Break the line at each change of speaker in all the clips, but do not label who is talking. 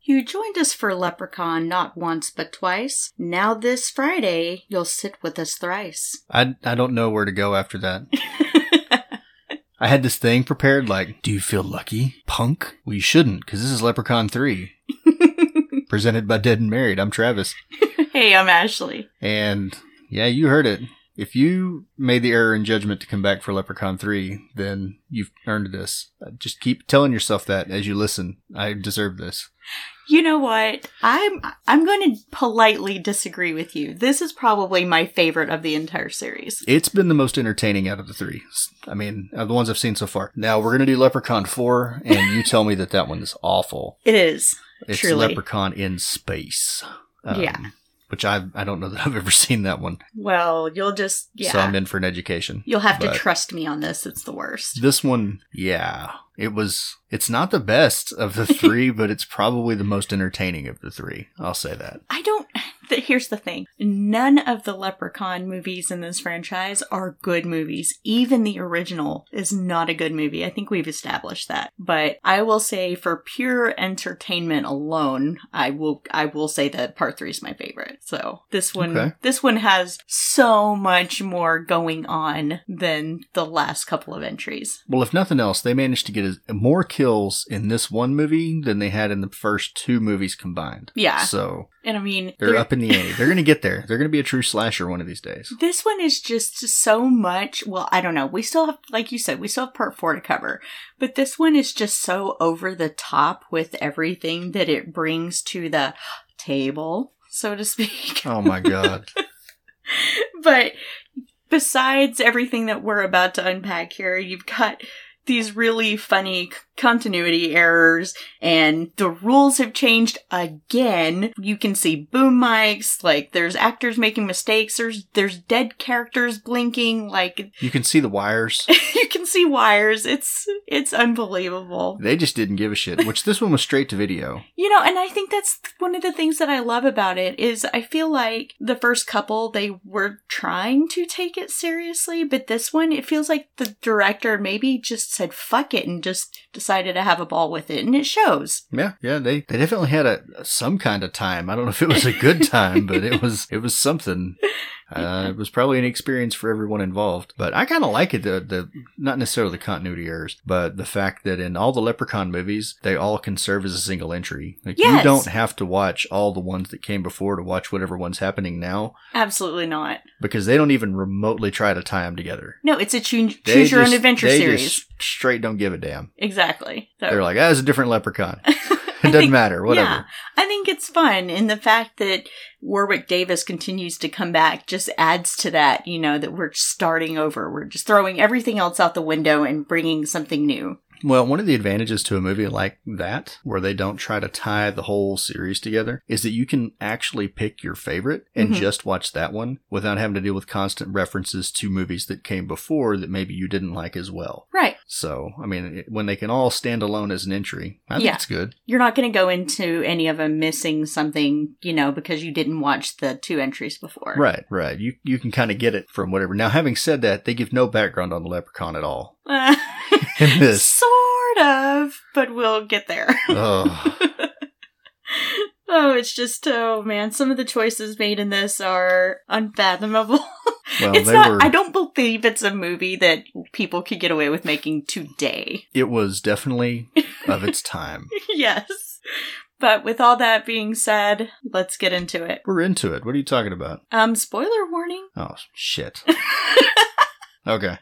You joined us for Leprechaun not once but twice. Now this Friday, you'll sit with us thrice.
I, I don't know where to go after that. I had this thing prepared like, do you feel lucky, punk? Well, you shouldn't, because this is Leprechaun 3. Presented by Dead and Married. I'm Travis.
hey, I'm Ashley.
And yeah, you heard it. If you made the error in judgment to come back for Leprechaun 3, then you've earned this. Uh, Just keep telling yourself that as you listen. I deserve this.
You know what? I'm I'm going to politely disagree with you. This is probably my favorite of the entire series.
It's been the most entertaining out of the three. I mean, of the ones I've seen so far. Now, we're going to do Leprechaun 4, and you tell me that that one is awful.
It is.
It's
Truly.
Leprechaun in Space. Um,
Yeah.
Which I, I don't know that I've ever seen that one.
Well, you'll just yeah.
So I'm in for an education.
you'll have
but-
to trust me on this. It's the worst.
This one, yeah, it was. It's not the best of the three, but it's probably the most entertaining of the three. I'll say that.
I don't. Th- here's the thing: none of the Leprechaun movies in this franchise are good movies. Even the original is not a good movie. I think we've established that. But I will say, for pure entertainment alone, I will I will say that Part Three is my favorite. So this one
Okay.
this one has so much more going on than the last couple of entries.
Well, if nothing else, they managed to get as- more kills in this one movie than they had in the first two movies combined.
Yeah.
So
And I mean,
they're, up in the ante. They're going to get there. They're going to be a true slasher one of these days.
This one is just so much. Well, I don't know. We still have, like you said, we still have part four to cover, but this one is just so over the top with everything that it brings to the table, so to speak.
Oh my god.
but besides everything that we're about to unpack here, you've got these really funny c- continuity errors and the rules have changed again. You can see boom mics, like there's actors making mistakes, there's there's dead characters blinking, like
you can see the wires.
you can see wires. It's it's unbelievable.
They just didn't give a shit. Which this one was straight to video.
You know, and I think that's one of the things that I love about it is I feel like the first couple they were trying to take it seriously, but this one it feels like the director maybe just said fuck it and just decided to have a ball with it and it shows.
Yeah, yeah, they, they definitely had a some kind of time. I don't know if it was a good time, but it was it was something. Uh, it was probably an experience for everyone involved. But I kind of like it the the not necessarily the continuity errors, but the fact that in all the Leprechaun movies, they all can serve as a single entry. Like you
Yes.
don't have to watch all the ones that came before to watch whatever one's happening now
Absolutely not.
because they don't even remotely try to tie them together.
No, it's a choo- choose
They
your own
just-
adventure
they
series.
just straight don't give a damn.
exactly. So-
They're like, ah, it's a different Leprechaun.
I
It doesn't
think-
matter, whatever.
Yeah, I think it's fun, and the fact that Warwick Davis continues to come back just adds to that. You know that we're starting over. We're just throwing everything else out the window and bringing something new.
Well, one of the advantages to a movie like that, where they don't try to tie the whole series together, is that you can actually pick your favorite and
Mhm.
just watch that one without having to deal with constant references to movies that came before that maybe you didn't like as well.
Right.
So, I mean, it- when they can all stand alone as an entry, I think
Yeah.
it's good.
You're not going to go into any of them missing something, you know, because you didn't watch the two entries before.
Right, right. You you can kind of get it from whatever. Now, having said that, they give no background on the leprechaun at all
Uh,
in this.
sort of, but we'll get there.
Ugh.
oh, it's just oh man, some of the choices made in this are unfathomable.
Well,
it's
they
not.
were.
I don't believe it's a movie that people could get away with making today.
It was definitely of its time.
yes. But with all that being said, let's get into it.
We're into it. What are you talking about?
Um, spoiler warning.
Oh, shit. Okay.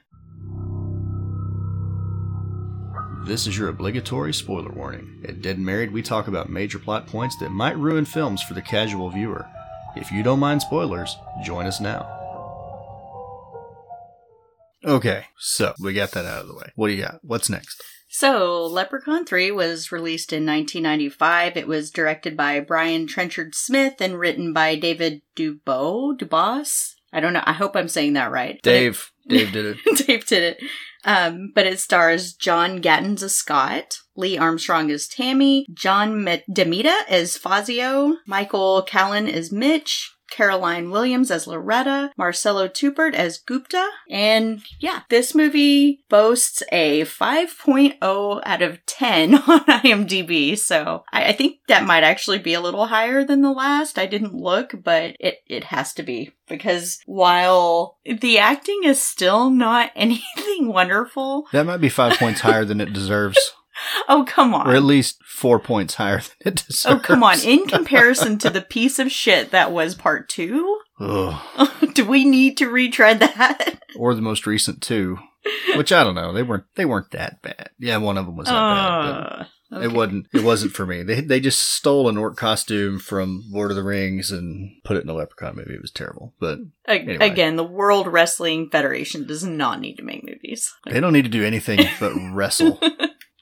This is your obligatory spoiler warning. At Dead and Married, we talk about major plot points that might ruin films for the casual viewer. If you don't mind spoilers, join us now. Okay, so we got that out of the way. What do you got? What's next?
so, Leprechaun 3 was released in 1995. It was directed by Brian Trenchard Smith and written by David Dubois. Dubois? I don't know. I hope I'm saying that right. But it-
Dave. Dave did it.
Dave did it. Um, but it stars John Gatton's as Scott, Lee Armstrong as Tammy, John Me- Demita as Fazio, Michael Callan as Mitch, Caroline Williams as Loretta, Marcello Tupert as Gupta, and yeah, this movie boasts a 5.0 out of 10 on IMDb, so I, I think that might actually be a little higher than the last. I didn't look, but it, it has to be because while the acting is still not anything wonderful,
That might be five points higher than it deserves,
oh, come on.
or at least four points higher than it deserves.
Oh, come on. In comparison to the piece of shit that was part two,
Ugh.
do we need to retread that?
Or the most recent two, which I don't know. They weren't. They weren't that bad. Yeah, one of them was not bad. But
Uh,
It
okay.
wasn't. It wasn't for me. They they just stole an orc costume from Lord of the Rings and put it in a leprechaun movie. It was terrible, but
A-
anyway.
Again, the World Wrestling Federation does not need to make movies.
they don't need to do anything but wrestle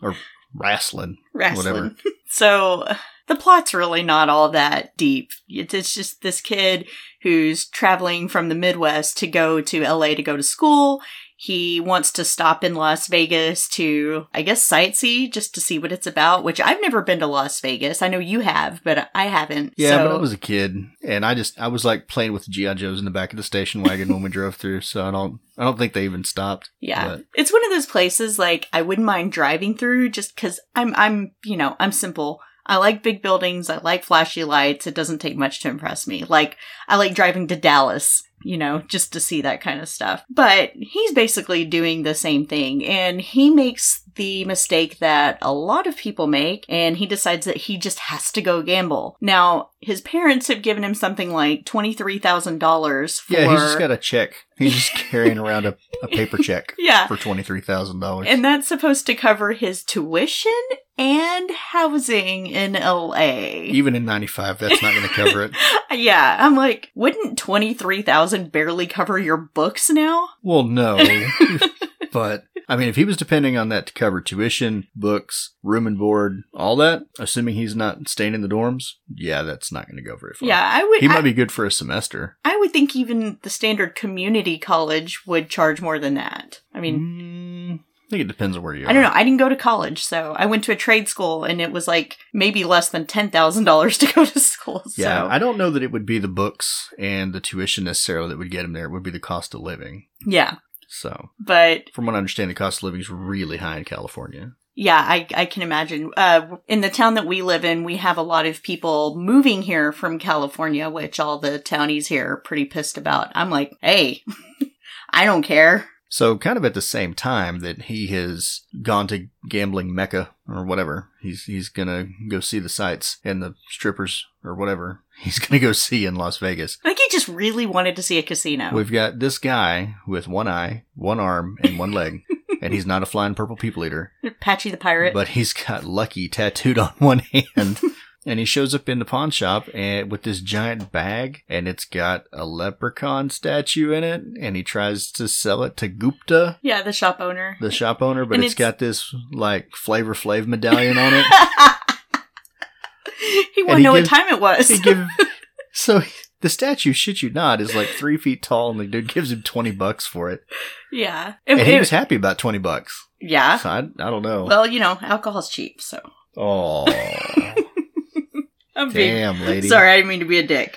or wrestling.
Wrestling.
Whatever.
So uh, the plot's really not all that deep. It's it's just this kid who's traveling from the Midwest to go to LA to go to school. He wants to stop in Las Vegas to, I guess, sightsee just to see what it's about, which I've never been to Las Vegas. I know you have, but I haven't.
Yeah,
so.
but I was a kid, and I just I was like playing with the GI Joes in the back of the station wagon when we drove through. So I don't I don't think they even stopped.
Yeah.
But-
It's one of those places like I wouldn't mind driving through just cuz I'm I'm, you know, I'm simple. I like big buildings, I like flashy lights. It doesn't take much to impress me. Like I like driving to Dallas, you know, just to see that kind of stuff. But he's basically doing the same thing and he makes the mistake that a lot of people make and he decides that he just has to go gamble. Now, his parents have given him something like $23,000 for
Yeah, he's just got a check. He's just carrying around a, a paper check
Yeah.
for twenty three thousand dollars.
And that's supposed to cover his tuition and housing in LA.
even in ninety five, that's not going to cover it.
yeah, I'm like, wouldn't 23,000 barely cover your books now?
Well, no. but I mean, if he was depending on that to cover tuition, books, room and board, all that, assuming he's not staying in the dorms, yeah, that's not going to go very far.
Yeah, I would
He might
I,
be good for a semester.
I would think even the standard community college would charge more than that. I mean,
Mm, I think it depends on where you are.
I don't know. I didn't go to college, so I went to a trade school and it was like maybe less than $10,000 to go to school. So.
Yeah, I don't know that it would be the books and the tuition necessarily that would get him there. It would be the cost of living.
yeah.
So,
But
from what I understand, the cost of living is really high in California.
Yeah, I, I can imagine. Uh, in the town that we live in, we have a lot of people moving here from California, which all the townies here are pretty pissed about. I'm like, hey, I don't care.
So, kind of at the same time that he has gone to gambling mecca or whatever, he's he's gonna go see the sights and the strippers or whatever he's gonna go see in Las Vegas.
I think he just really wanted to see a casino.
We've got this guy with one eye, one arm, and one leg, and he's not a flying purple people eater,
Patchy the Pirate.
but he's got Lucky tattooed on one hand. And he shows up in the pawn shop and with this giant bag, and it's got a leprechaun statue in it. And he tries to sell it to Gupta,
yeah, the shop owner.
the shop owner, but
And
it's
it's-
got this like Flavor Flav medallion on it.
he
And
won't
he
know
gives-
what time it was.
They give- so the statue, shit you not, is like three feet tall, and the dude gives him twenty bucks for it,
yeah. It-
and he
it-
was happy about twenty bucks.
yeah.
So I, I don't know.
Well, you know, alcohol's cheap, so.
Oh,
I'm being-
damn, lady.
Sorry, I didn't mean to be a dick.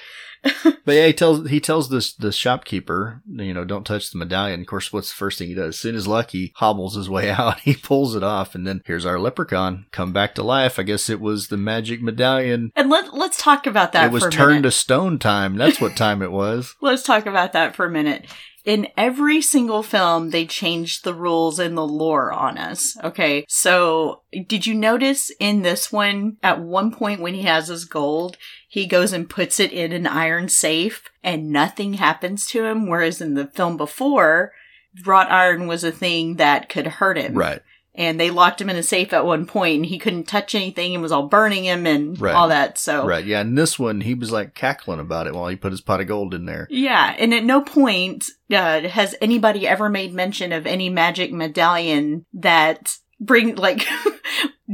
But yeah, he tells he tells this the shopkeeper, you know, don't touch the medallion. Of course, what's the first thing he does? As soon as Lucky hobbles his way out, he pulls it off, and then here's our leprechaun come back to life. I guess it was the magic medallion.
And let, let's talk about that
It was
for a minute.
turned to stone time. That's what time it was.
Let's talk about that for a minute. In every single film, they changed the rules and the lore on us. Okay. So, did you notice in this one, at one point when he has his gold, he goes and puts it in an iron safe and nothing happens to him? Whereas in the film before, wrought iron was a thing that could hurt him.
Right.
And they locked him in a safe at one point and he couldn't touch anything and was all burning him and
Right.
all that. So,
Right, yeah. And this one, he was like cackling about it while he put his pot of gold in there.
Yeah, and at no point uh, has anybody ever made mention of any magic medallion that bring like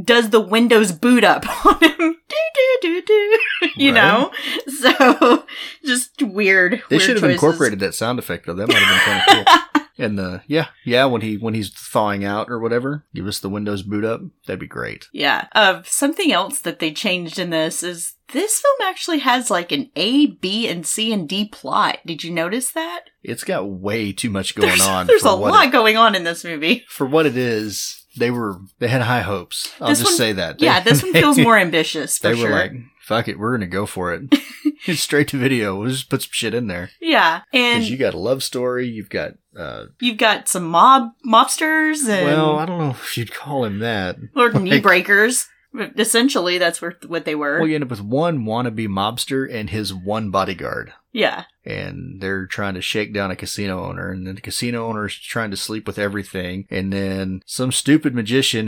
does the Windows boot up on him. do do do do. You
Right.
know, so just weird.
They
weird
should have
choices.
incorporated that sound effect though. That might have been kind of cool. And the yeah, yeah, when he when he's thawing out or whatever, give us the windows boot up. That'd be great.
Yeah. Uh, something else that they changed in this is this film actually has like an A, B, and C and D plot. Did you notice that?
It's got way too much going
there's
on.
there's
for
a
what
lot
it-
going on in this movie.
for what it is. They were they had high hopes. I'll
This
just
one-
say that.
Yeah,
They-
this one feels more ambitious for
They
sure.
were like, "Fuck it, we're gonna go for it." it's straight to video. We'll just put some shit in there
yeah, and
because you got a love story. You've got uh,
You've got some mob mobsters and
well, I don't know if you'd call him that.
or knee
like-
breakers. Essentially, that's where, what they were.
Well, you end up with one wannabe mobster and his one bodyguard.
yeah,
and they're trying to shake down a casino owner and then the casino owner's trying to sleep with everything and then some stupid magician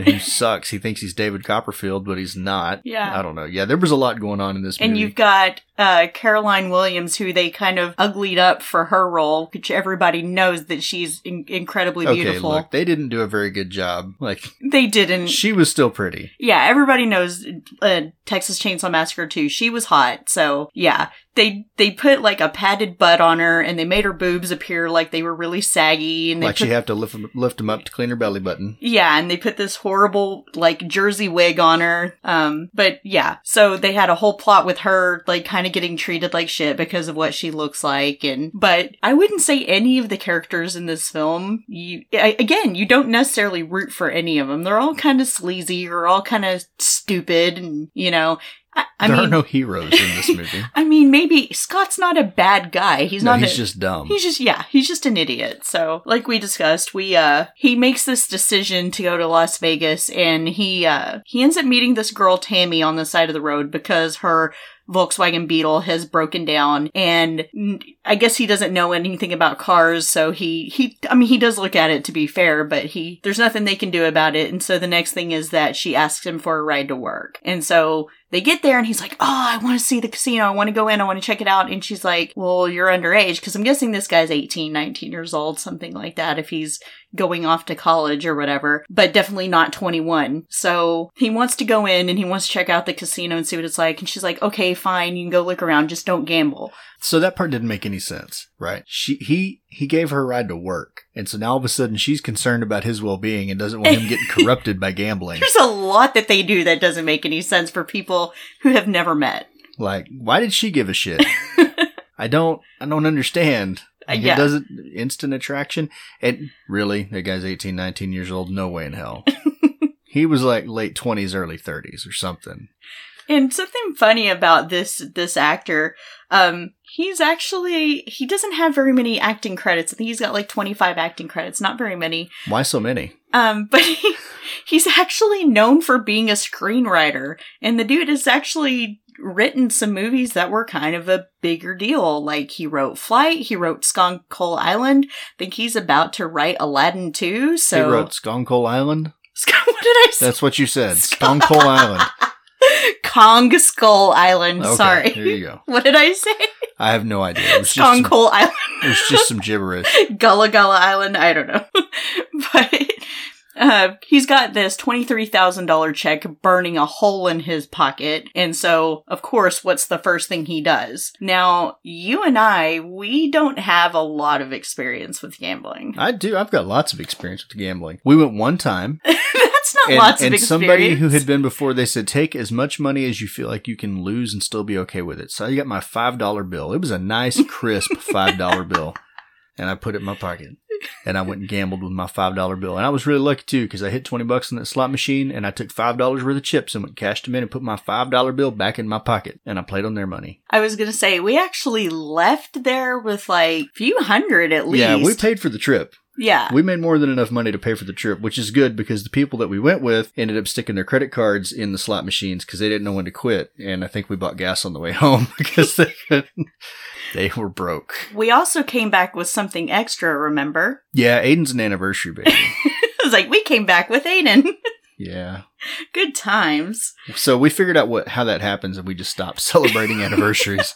who sucks he thinks he's david copperfield but he's not
Yeah.
i don't know yeah there was a lot going on in this
and
movie
you've got uh, Caroline Williams, who they kind of uglied up for her role, which everybody knows that she's in- incredibly
okay
beautiful. Mm.
look they didn't do a very good job like
They didn't.
she was still pretty
yeah, everybody knows uh, Texas Chainsaw Massacre 2. She was hot, so yeah. They they put like a padded butt on her, and they made her boobs appear like they were really saggy, and they
like
put
she have to lift him, lift him up to clean her belly button
Yeah, and they put this horrible like jersey wig on her. Um, but yeah, so they had a whole plot with her like kind of getting treated like shit because of what she looks like. And but I wouldn't say any of the characters in this film. You I, again, you don't necessarily root for any of them. They're all kind of sleazy or all kind of stupid, and you know, I, I
there
mean,
are no heroes in this movie
I mean, maybe Scott's not a bad guy. He's
no
not.
he's
a-
just dumb
He's just yeah, he's just an idiot. So, like we discussed, we uh he makes this decision to go to Las Vegas and he uh he ends up meeting this girl Tammy on the side of the road because her Volkswagen Beetle has broken down and mm, I guess he doesn't know anything about cars so he he I mean he does look at it to be fair but he there's nothing they can do about it and so the next thing is that she asks him for a ride to work. And so they get there and he's like, "Oh, I want to see the casino. I want to go in. I want to check it out." And she's like, "Well, you're underage because I'm guessing this guy's 18, 19 years old, something like that if he's going off to college or whatever, but definitely not 21." So, he wants to go in and he wants to check out the casino and see what it's like. And she's like, "Okay, fine. You can go look around, just don't gamble."
So that part didn't make any sense, right? She he he gave her a ride to work, and so now all of a sudden she's concerned about his well being and doesn't want him getting corrupted by gambling.
There's a lot that they do that doesn't make any sense for people who have never met.
Like, why did she give a shit? I don't I don't understand.
Uh,
It
yeah.
doesn't instant attraction. And really, that guy's 18, 19 years old. No way in hell. he was like late twenties, early thirties, or something.
And something funny about this this actor, um, he's actually he doesn't have very many acting credits. I think he's got like twenty five acting credits, not very many.
Why so many?
Um, but he, he's actually known for being a screenwriter, and the dude has actually written some movies that were kind of a bigger deal. Like he wrote Flight, he wrote Skunk Coal Island. I think he's about to write Aladdin too. So
he wrote Skonkoll Island.
what did I say?
That's what you said. Skonkoll Island.
Kong Skull Island.
Okay, There
Sorry.
you go.
What did I say?
I have no idea. It was just
Skunk
some-
Coal Island.
It was just some gibberish.
Gullah Gullah Island. I don't know, but uh, he's got this twenty three thousand dollar check burning a hole in his pocket, and so of course, what's the first thing he does? Now, you and I, we don't have a lot of experience with gambling.
I do. I've got lots of experience with gambling. We went one time,
That's not
and,
lots of
and
experience.
somebody who had been before, they said, "Take as much money as you feel like you can lose and still be okay with it." So I got my five dollar bill. It was a nice, crisp five dollar bill, and I put it in my pocket. And I went and gambled with my five dollar bill, and I was really lucky too because I hit twenty bucks in that slot machine, and I took five dollars worth of chips and went and cashed them in and put my five dollar bill back in my pocket, and I played on their money.
I was gonna say we actually left there with like a few hundred at least.
Yeah, we paid for the trip.
yeah.
We made more than enough money to pay for the trip, which is good because the people that we went with ended up sticking their credit cards in the slot machines because they didn't know when to quit. And I think we bought gas on the way home because they couldn't. They were broke.
we also came back with something extra. Remember?
Yeah, Aiden's an anniversary baby.
it was like we came back with Aiden.
Yeah.
Good times.
So we figured out what how that happens and we just stopped celebrating anniversaries.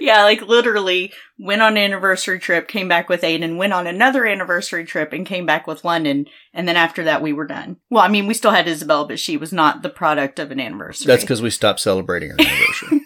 Yeah, like literally went on an anniversary trip, came back with Aiden, went on another anniversary trip, and came back with London. And then after that, we were done. Well, I mean, we still had Isabel, but she was not the product of an anniversary.
That's because we stopped celebrating our anniversary.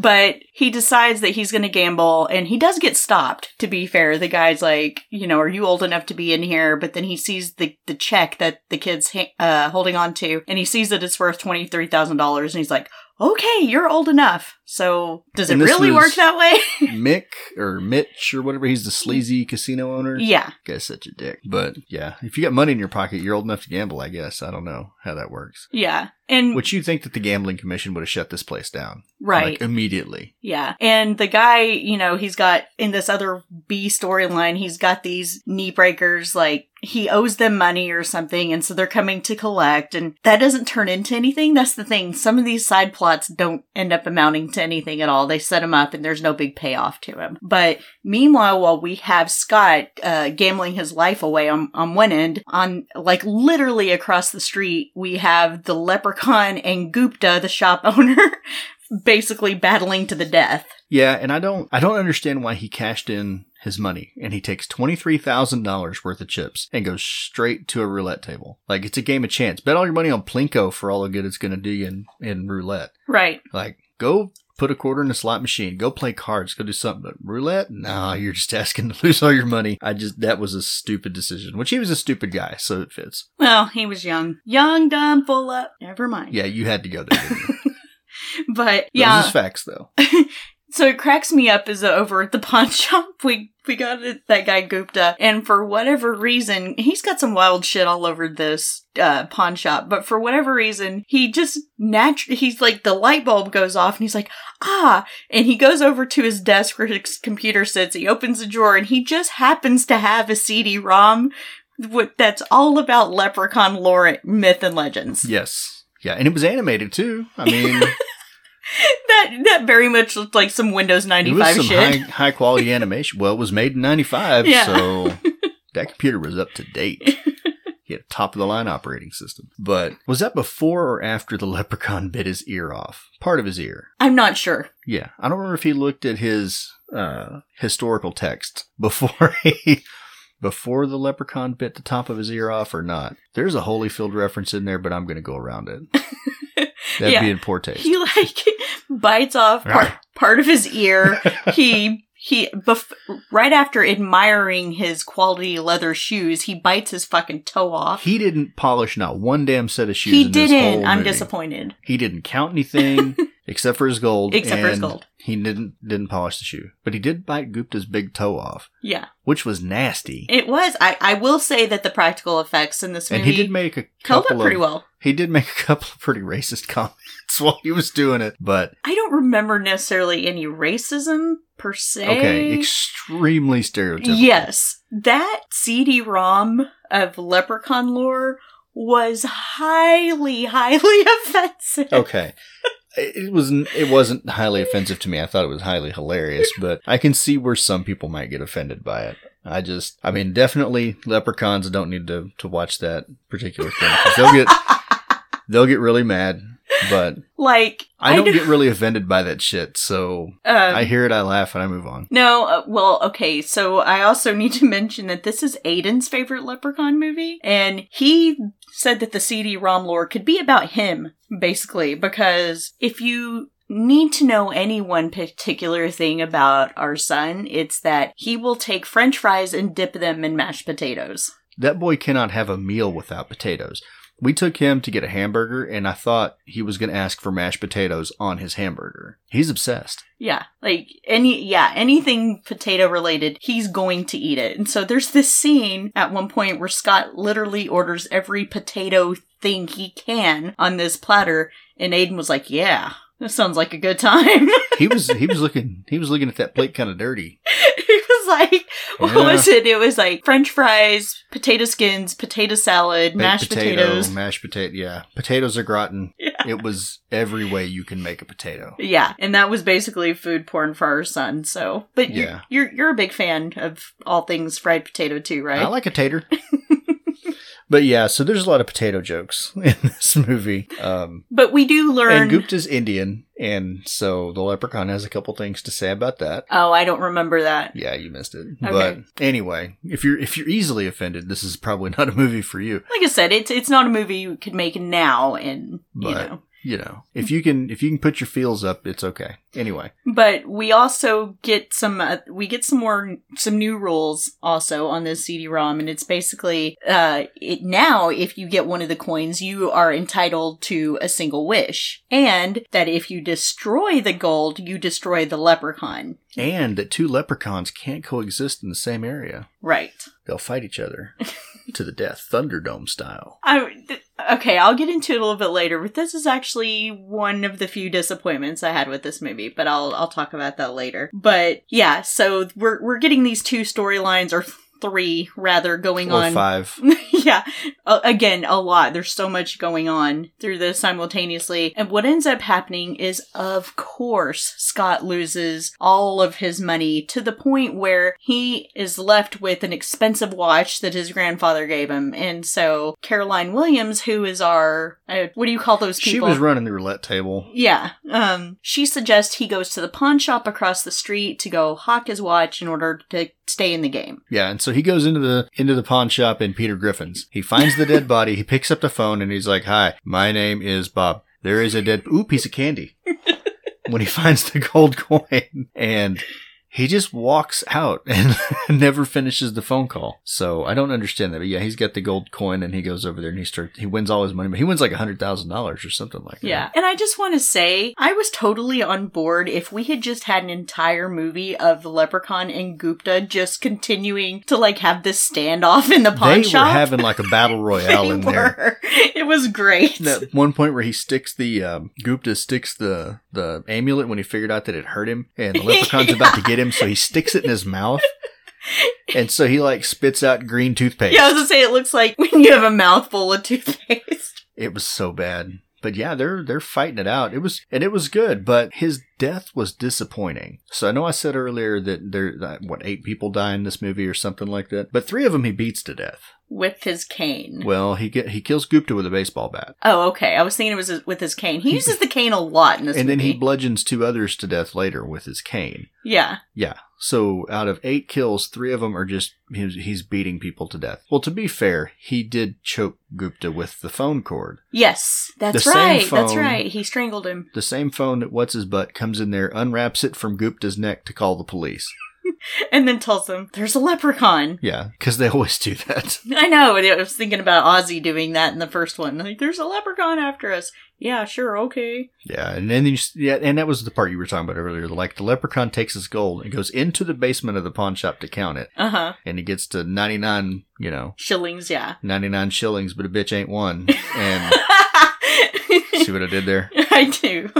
But he decides that he's going to gamble and he does get stopped, to be fair. The guy's like, you know, are you old enough to be in here? But then he sees the, the check that the kid's ha- uh, holding on to and he sees that it's worth $23,000 and he's like, okay, you're old enough. So does it
And this
really
was-
work that way?
Mick or Mitch or whatever, he's the sleazy casino owner.
yeah.
Guy's such a dick. But yeah, if you got money in your pocket, you're old enough to gamble, I guess. I don't know how that works.
Yeah. And
Which you think that the gambling commission would have shut this place down.
right.
Like immediately.
Yeah. And the guy, you know, he's got in this other B storyline, he's got these knee breakers, like he owes them money or something. And so they're coming to collect. And that doesn't turn into anything. That's the thing. Some of these side plots don't end up amounting to anything at all. They set him up and there's no big payoff to him. But meanwhile, while we have Scott, uh, gambling his life away on, on one end, on like literally across the street, we have the leprechaun and Gupta, the shop owner. basically battling to the death.
Yeah, and I don't I don't understand why he cashed in his money and he takes twenty three thousand dollars worth of chips and goes straight to a roulette table. Like it's a game of chance. Bet all your money on Plinko for all the good it's gonna do you in, in roulette.
Right.
Like go put a quarter in a slot machine, go play cards, go do something. But roulette? Nah, you're just asking to lose all your money. I just that was a stupid decision. Which he was a stupid guy, so it fits.
Well, he was young. Young, dumb, full up. Never mind.
Yeah, you had to go there. Didn't you?
But
Those
yeah.
is facts though.
so it cracks me up is that over at the pawn shop we we got it, that guy Gupta, and for whatever reason, he's got some wild shit all over this uh, pawn shop. But for whatever reason, he just naturally he's like the light bulb goes off, and he's like ah, and he goes over to his desk where his computer sits. He opens a drawer, and he just happens to have a CD-ROM. What that's all about leprechaun lore, myth, and legends.
Yes. Yeah, and it was animated too. I mean
That that very much looked like some Windows
It
ninety
was
five
some
shit.
high, high quality animation. Well, it was made in '95,
Yeah.
so that computer was up to date. He had a top of the line operating system. But was that before or after the leprechaun bit his ear off? Part of his ear.
I'm not sure.
Yeah, I don't remember if he looked at his uh, historical text before he. Before the leprechaun bit the top of his ear off or not, there's a Holyfield reference in there, but I'm going to go around it. That'd
Yeah.
be in poor taste.
He like bites off part, part of his ear. He he bef- right after admiring his quality leather shoes, he bites his fucking toe off.
He didn't polish not one damn set of shoes.
he
in this
didn't.
whole
I'm
movie.
disappointed.
He didn't count anything except for his gold.
Except for his
and
gold.
He didn't didn't polish the shoe, but he did bite Gupta's big toe off,
Yeah,
which was nasty.
it was. I I will say that the practical effects in this movie
and he did make a
held up
couple
pretty
of
well.
he did make a couple of pretty racist comments while he was doing it, but
I don't remember necessarily any racism per se.
okay, extremely stereotypical.
Yes, that CD-ROM of Leprechaun lore was highly, highly offensive.
Okay. It it was it wasn't highly offensive to me. I thought it was highly hilarious, but I can see where some people might get offended by it. I just, I mean, definitely leprechauns don't need to to watch that particular thing 'cause they'll get they'll get really mad. But
like
I don't
do-
get really offended by that shit, so
um,
I hear it, I laugh, and I move on.
no, uh, well, okay. So I also need to mention that this is Aiden's favorite Leprechaun movie, and he said that the CD-ROM lore could be about him, basically, because if you need to know any one particular thing about our son, it's that he will take French fries and dip them in mashed potatoes.
That boy cannot have a meal without potatoes. We took him to get a hamburger, and I thought he was going to ask for mashed potatoes on his hamburger. He's obsessed.
Yeah, like any yeah, anything potato related, he's going to eat it. And so there's this scene at one point where Scott literally orders every potato thing he can on this platter and Aiden was like, "Yeah, this sounds like a good time."
He was he was looking he was looking at that plate kind of dirty.
he was like, what
Yeah.
was it? It was like french fries, potato skins, potato salad,
Baked
mashed
potato,
potatoes.
mashed potato. Yeah, potatoes are gratin.
Yeah.
It was every way you can make a potato.
Yeah, and that was basically food porn for our son. So, but you-
Yeah.
you're you're a big fan of all things fried potato too, right?
I like a tater. but yeah, so there's a lot of potato jokes in this movie. Um,
but we do learn
and Gupta's Indian, and so the leprechaun has a couple things to say about that.
Oh, I don't remember that.
Yeah, you missed it.
Okay.
But anyway, if you're if you're easily offended, this is probably not a movie for you.
Like I said, it's it's not a movie you could make now, and you
But-
know,
you know, if you can if you can put your feels up, it's okay. Anyway,
But we also get some uh, we get some more some new rules also on this CD-ROM, and it's basically uh, it now if you get one of the coins, you are entitled to a single wish, and that if you destroy the gold, you destroy the leprechaun.
and that two leprechauns can't coexist in the same area.
Right.
They'll fight each other to the death, Thunderdome style.
I th- okay, I'll get into it a little bit later, but this is actually one of the few disappointments I had with this movie, but I'll I'll talk about that later. But yeah, so we're we're getting these two storylines or three rather going
or
on
five.
yeah. Uh, again, a lot. There's so much going on through this simultaneously. And what ends up happening is, of course, Scott loses all of his money to the point where he is left with an expensive watch that his grandfather gave him. And so Caroline Williams, who is our, uh, what do you call those people?
She was running the roulette table.
Yeah. Um, she suggests he goes to the pawn shop across the street to go hawk his watch in order to stay in the game.
Yeah, and so he goes into the into the pawn shop in Peter Griffin's. He finds the dead body. He picks up the phone and he's like, "Hi, my name is Bob. There is a dead ooh piece of candy." when he finds the gold coin and he just walks out and never finishes the phone call. So I don't understand that. But yeah, he's got the gold coin and he goes over there and he starts. He wins all his money, but he wins like a hundred thousand dollars or something like that.
Yeah. And I just want to say, I was totally on board if we had just had an entire movie of the Leprechaun and Gupta just continuing to like have this standoff in the pawn
they
shop.
were having like a battle royale
They
in there.
were. It was great.
that one point where he sticks the um, Gupta sticks the the amulet when he figured out that it hurt him, and the leprechaun's about to get him, so he sticks it in his mouth, and so he like spits out green toothpaste.
Yeah, I was gonna say it looks like when you have a mouthful of toothpaste.
It was so bad, but yeah, they're they're fighting it out. It was and it was good, but his death was disappointing. So I know I said earlier that there that, what eight people die in this movie or something like that, but three of them he beats to death.
With his cane.
Well, he get he kills Gupta with a baseball bat.
oh, okay. I was thinking it was his- with his cane. He uses the cane a lot in this
And
movie.
then he bludgeons two others to death later with his cane.
yeah.
Yeah. So out of eight kills, three of them are just he's, he's beating people to death. Well, to be fair, he did choke Gupta with the phone cord.
Yes. That's
The same
right. That's
phone-
right. He strangled him.
The same phone that what's his butt comes in there, unwraps it from Gupta's neck to call the police.
And then tells them, There's a leprechaun.
Yeah, because they always do that.
I know. and I was thinking about Ozzy doing that in the first one. Like, there's a leprechaun after us. Yeah, sure, okay.
Yeah, and then you, s- yeah, and that was the part you were talking about earlier. Like the leprechaun takes his gold and goes into the basement of the pawn shop to count it,
Uh huh.
and he gets to ninety nine, you know,
Shillings, yeah.
ninety nine shillings, but a bitch ain't one. And see
I
what I did there?
do.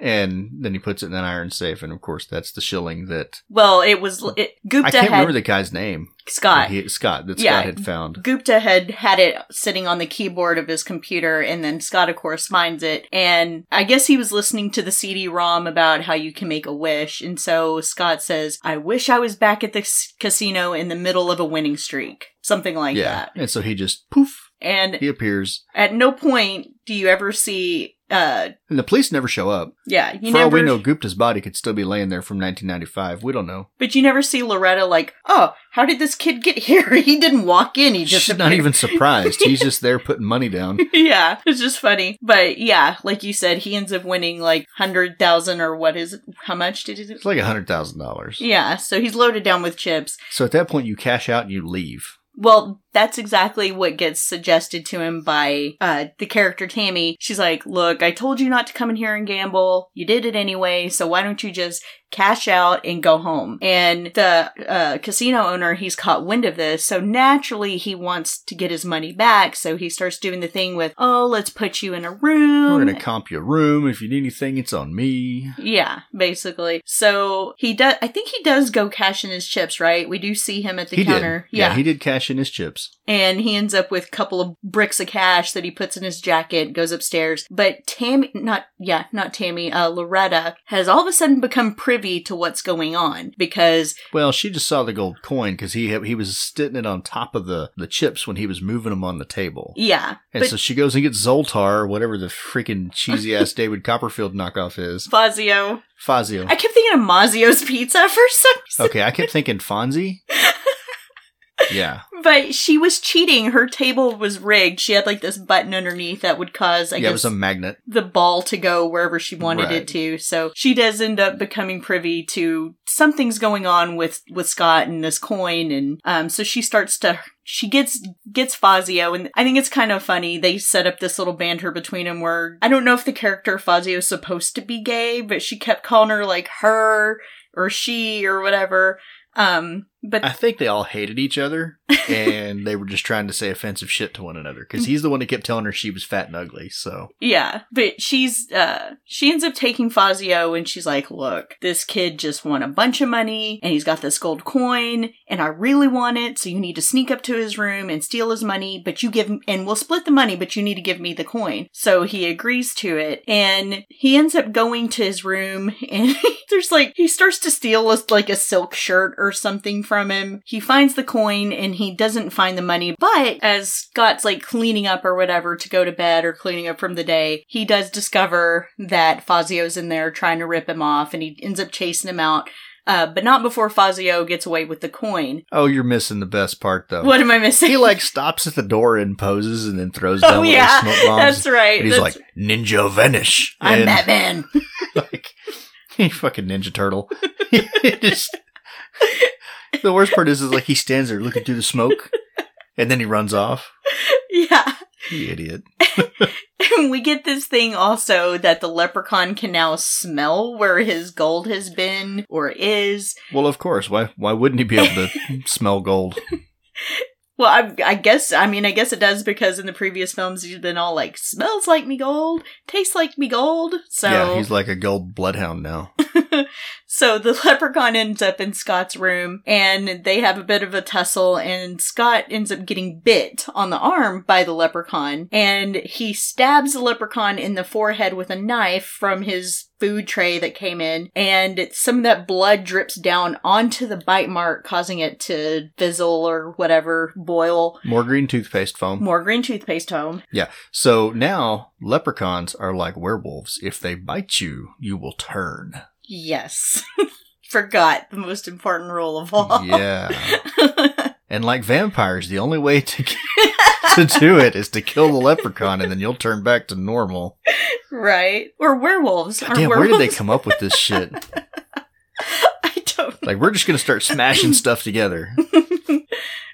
and then he puts it in an iron safe, and of course that's the shilling that
Well, it was it,
I
Gupta
can't
had
remember the guy's name.
Scott.
He- Scott that
Yeah.
Scott had found.
Gupta had had it sitting on the keyboard of his computer, and then Scott, of course, finds it. And I guess he was listening to the CD ROM about how you can make a wish. And so Scott says, I wish I was back at the s- casino in the middle of a winning streak. Something like
yeah,
that.
and so he just poof,
And
he appears,
At no point do you ever see, uh,
and the police never show up.
yeah, you
For all
never,
we know, Gupta's body could still be laying there from 1995. We don't know.
but you never see Loretta like, oh, how did this kid get here? he didn't walk in. He just
She's not
appeared."
even surprised. He's just there putting money down.
yeah, it's just funny. But yeah, like you said, he ends up winning like hundred thousand or what is it? How much did he?
It's like a hundred thousand dollars.
Yeah, so he's loaded down with chips.
So at that point, you cash out and you leave.
Well, that's exactly what gets suggested to him by uh, the character Tammy. She's like, Look, I told you not to come in here and gamble. You did it anyway, so why don't you just cash out and go home? And the uh, casino owner, he's caught wind of this, so naturally he wants to get his money back, so he starts doing the thing with, Oh, let's put you in a room.
We're gonna comp your room. If you need anything, it's on me.
yeah, basically. So he does. I think he does go cash in his chips, right? We do see him at the
he
counter.
did. Yeah. he did cash in his chips.
and he ends up with a couple of bricks of cash that he puts in his jacket goes upstairs but tammy not yeah not tammy uh, loretta has all of a sudden become privy to what's going on because
Well, she just saw the gold coin because he had, he was sitting it on top of the, the chips when he was moving them on the table,
yeah
and so she goes and gets Zoltar, whatever the freaking cheesy ass David Copperfield knockoff is,
fazio
Fazio.
i kept thinking of
Oh.
mazio's pizza for some reason
okay, I kept thinking Fonzie. Yeah,
But she was cheating. Her table was rigged. She had like this button underneath that would cause, I
yeah, it
guess,
was a magnet.
the ball to go wherever she wanted
Right.
it to. So she does end up becoming privy to something's going on with with Scott and this coin, and um, so she starts to she gets gets Fazio, and I think it's kind of funny they set up this little banter between them where I don't know if the character Fazio is supposed to be gay, but she kept calling her like her or she or whatever. Um, but
I think they all hated each other and they were just trying to say offensive shit to one another because he's the one that kept telling her she was fat and ugly. So
Yeah, but she's uh she ends up taking Fazio and she's like, "Look, this kid just won a bunch of money and he's got this gold coin and I really want it, so you need to sneak up to his room and steal his money, but you give and we'll split the money, but you need to give me the coin." So he agrees to it and he ends up going to his room and there's like he starts to steal a, like a silk shirt or something from him. He finds the coin and he doesn't find the money, but as Scott's like cleaning up or whatever to go to bed or cleaning up from the day, he does discover that Fazio's in there trying to rip him off and he ends up chasing him out. Uh, but not before Fazio gets away with the coin.
Oh, you're missing the best part though.
What am I missing?
Oh. He like stops at the door and poses and then throws down
oh
one of
yeah,
those smoke bombs.
that's right.
and he's
that's-
like, Ninja vanish.
I'm
and,
Batman.
Like, he fucking Ninja Turtle. Just- the worst part is, is like he stands there looking through the smoke and then he runs off.
yeah.
You idiot.
And we get this thing also that the leprechaun can now smell where his gold has been or is.
Well, of course. Why Why wouldn't he be able to smell gold?
Well, I, I guess, I mean, I guess it does because in the previous films he's been all like, smells like me gold, tastes like me gold. So,
Yeah, he's like a gold bloodhound now.
so the leprechaun ends up in Scott's room and they have a bit of a tussle and Scott ends up getting bit on the arm by the leprechaun and he stabs the leprechaun in the forehead with a knife from his food tray that came in and it's- some of that blood drips down onto the bite mark causing it to fizzle or whatever, boil.
More green toothpaste foam.
More green toothpaste home.
So now leprechauns are like werewolves. If they bite you, you will turn.
Yes. Forgot the most important rule of all.
Yeah. And like vampires, the only way to to do it is to kill the leprechaun, and then you'll turn back to normal.
Right. Or werewolves. Or
Damn, where
werewolves.
did they come up with this shit?
I don't
Like, we're just gonna start smashing stuff together.
know.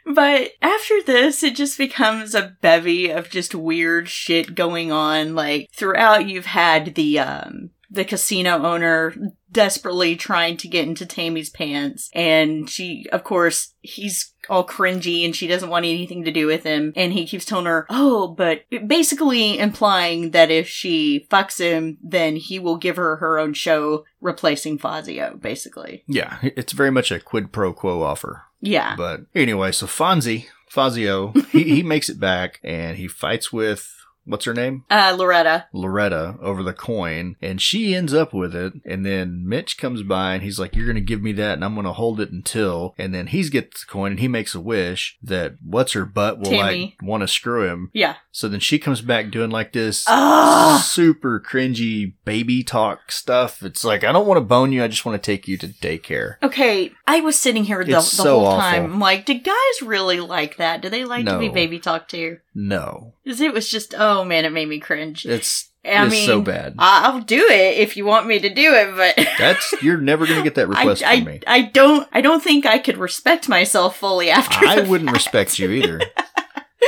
but after this, it just becomes a bevy of just weird shit going on. Like throughout you've had the um the casino owner desperately trying to get into Tammy's pants and she of course he's all cringy and she doesn't want anything to do with him and he keeps telling her oh but basically implying that if she fucks him then he will give her her own show replacing Fazio basically
Yeah, it's very much a quid pro quo offer.
yeah
But anyway, so Fonzie, Fazio, he, he makes it back, and he fights with what's her name,
Uh, Loretta.
Loretta, over the coin, and she ends up with it. And then Mitch comes by, and he's like, "You're gonna give me that, and I'm gonna hold it until." And then he's gets the coin, and he makes a wish that what's her butt will
Tammy.
like want to screw him.
Yeah.
So then she comes back doing like this
Oh,
super cringy baby talk stuff. It's like, I don't want to bone you. I just want to take you to daycare.
okay. I was sitting here the, the
It's so
whole
awful.
time. I'm like, did guys really like that? Do they like to be
No.
baby talked to?
No,
'Cause it was just, oh man, it made me cringe.
it's,
I
it's
mean,
so bad.
I- I'll do it if you want me to do it, but
That's you're never gonna get that
I,
request from
I,
me.
I don't, I don't think I could respect myself fully after.
I
the
wouldn't
fact.
respect you either.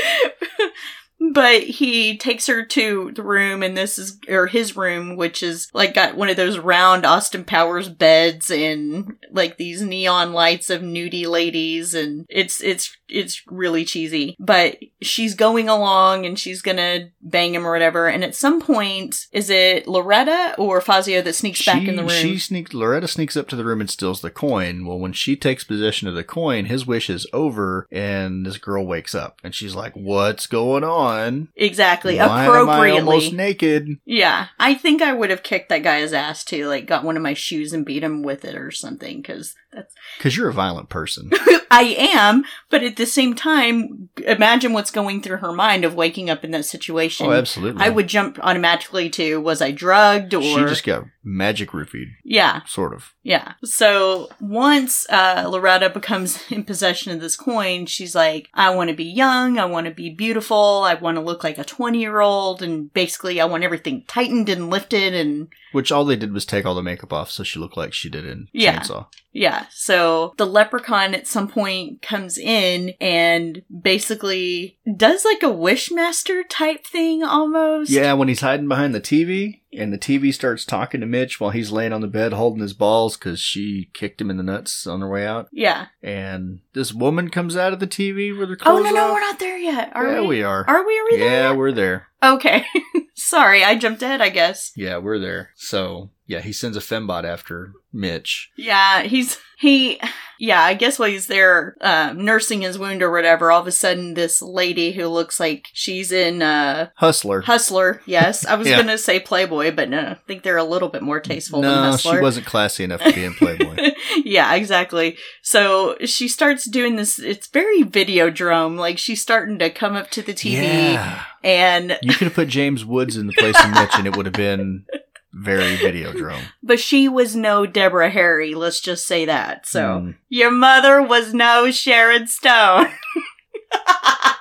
but he takes her to the room and this is or his room which is like got one of those round austin powers beds and like these neon lights of nudie ladies and it's it's it's really cheesy but she's going along and she's gonna bang him or whatever and at some point is it loretta or fazio that sneaks back in the room
She sneaks. Loretta sneaks up to the room and steals the coin. Well, when she takes possession of the coin, his wish is over, and this girl wakes up and she's like, "What's going on?
exactly
Why
appropriately
am I almost naked?"
Yeah, I think I would have kicked that guy's ass too. Like, got one of my shoes and beat him with it or something. Because that's
Because you're a violent person.
I am, But at the same time, imagine what's going through her mind of waking up in that situation.
Oh, absolutely.
I would jump automatically to was I drugged or
She just got magic roofied,
yeah,
sort of.
yeah. So once uh, Loretta becomes in possession of this coin, she's like, I want to be young, I want to be beautiful, I want to look like a twenty year old, and basically I want everything tightened and lifted and
Which all they did was take all the makeup off, so she looked like she did in
Yeah.
Chainsaw.
Yeah. So the leprechaun at some point comes in and basically does like a wishmaster type thing almost.
Yeah, when he's hiding behind the TV, and the TV starts talking to Mitch while he's laying on the bed holding his balls because she kicked him in the nuts on her way out.
Yeah.
And this woman comes out of the TV with her
Oh
clothes
no no
off.
we're not there yet. Are
yeah,
we?
we, are.
Are we? Are we
yeah,
there?
we're there.
Yeah. Okay. Sorry, I jumped ahead. I guess.
Yeah, we're there. So yeah, he sends a fembot after Mitch.
Yeah. He's he. Yeah. I guess while he's there uh, nursing his wound or whatever, all of a sudden this lady who looks like she's in uh,
Hustler.
Hustler. Yes, I was
Yeah.
gonna say Playboy, but no, I think they're a little bit more tasteful than
no,
Hustler.
she wasn't classy enough to be in Playboy.
yeah, exactly. So she starts doing this. It's very video drum. Like she's starting to come up to the TV
Yeah.
and,
You could have put James Woods in the place of Mitch and it would have been very videodrome.
but she was no Deborah Harry. Let's just say that. So
Mm.
your mother was no Sharon Stone.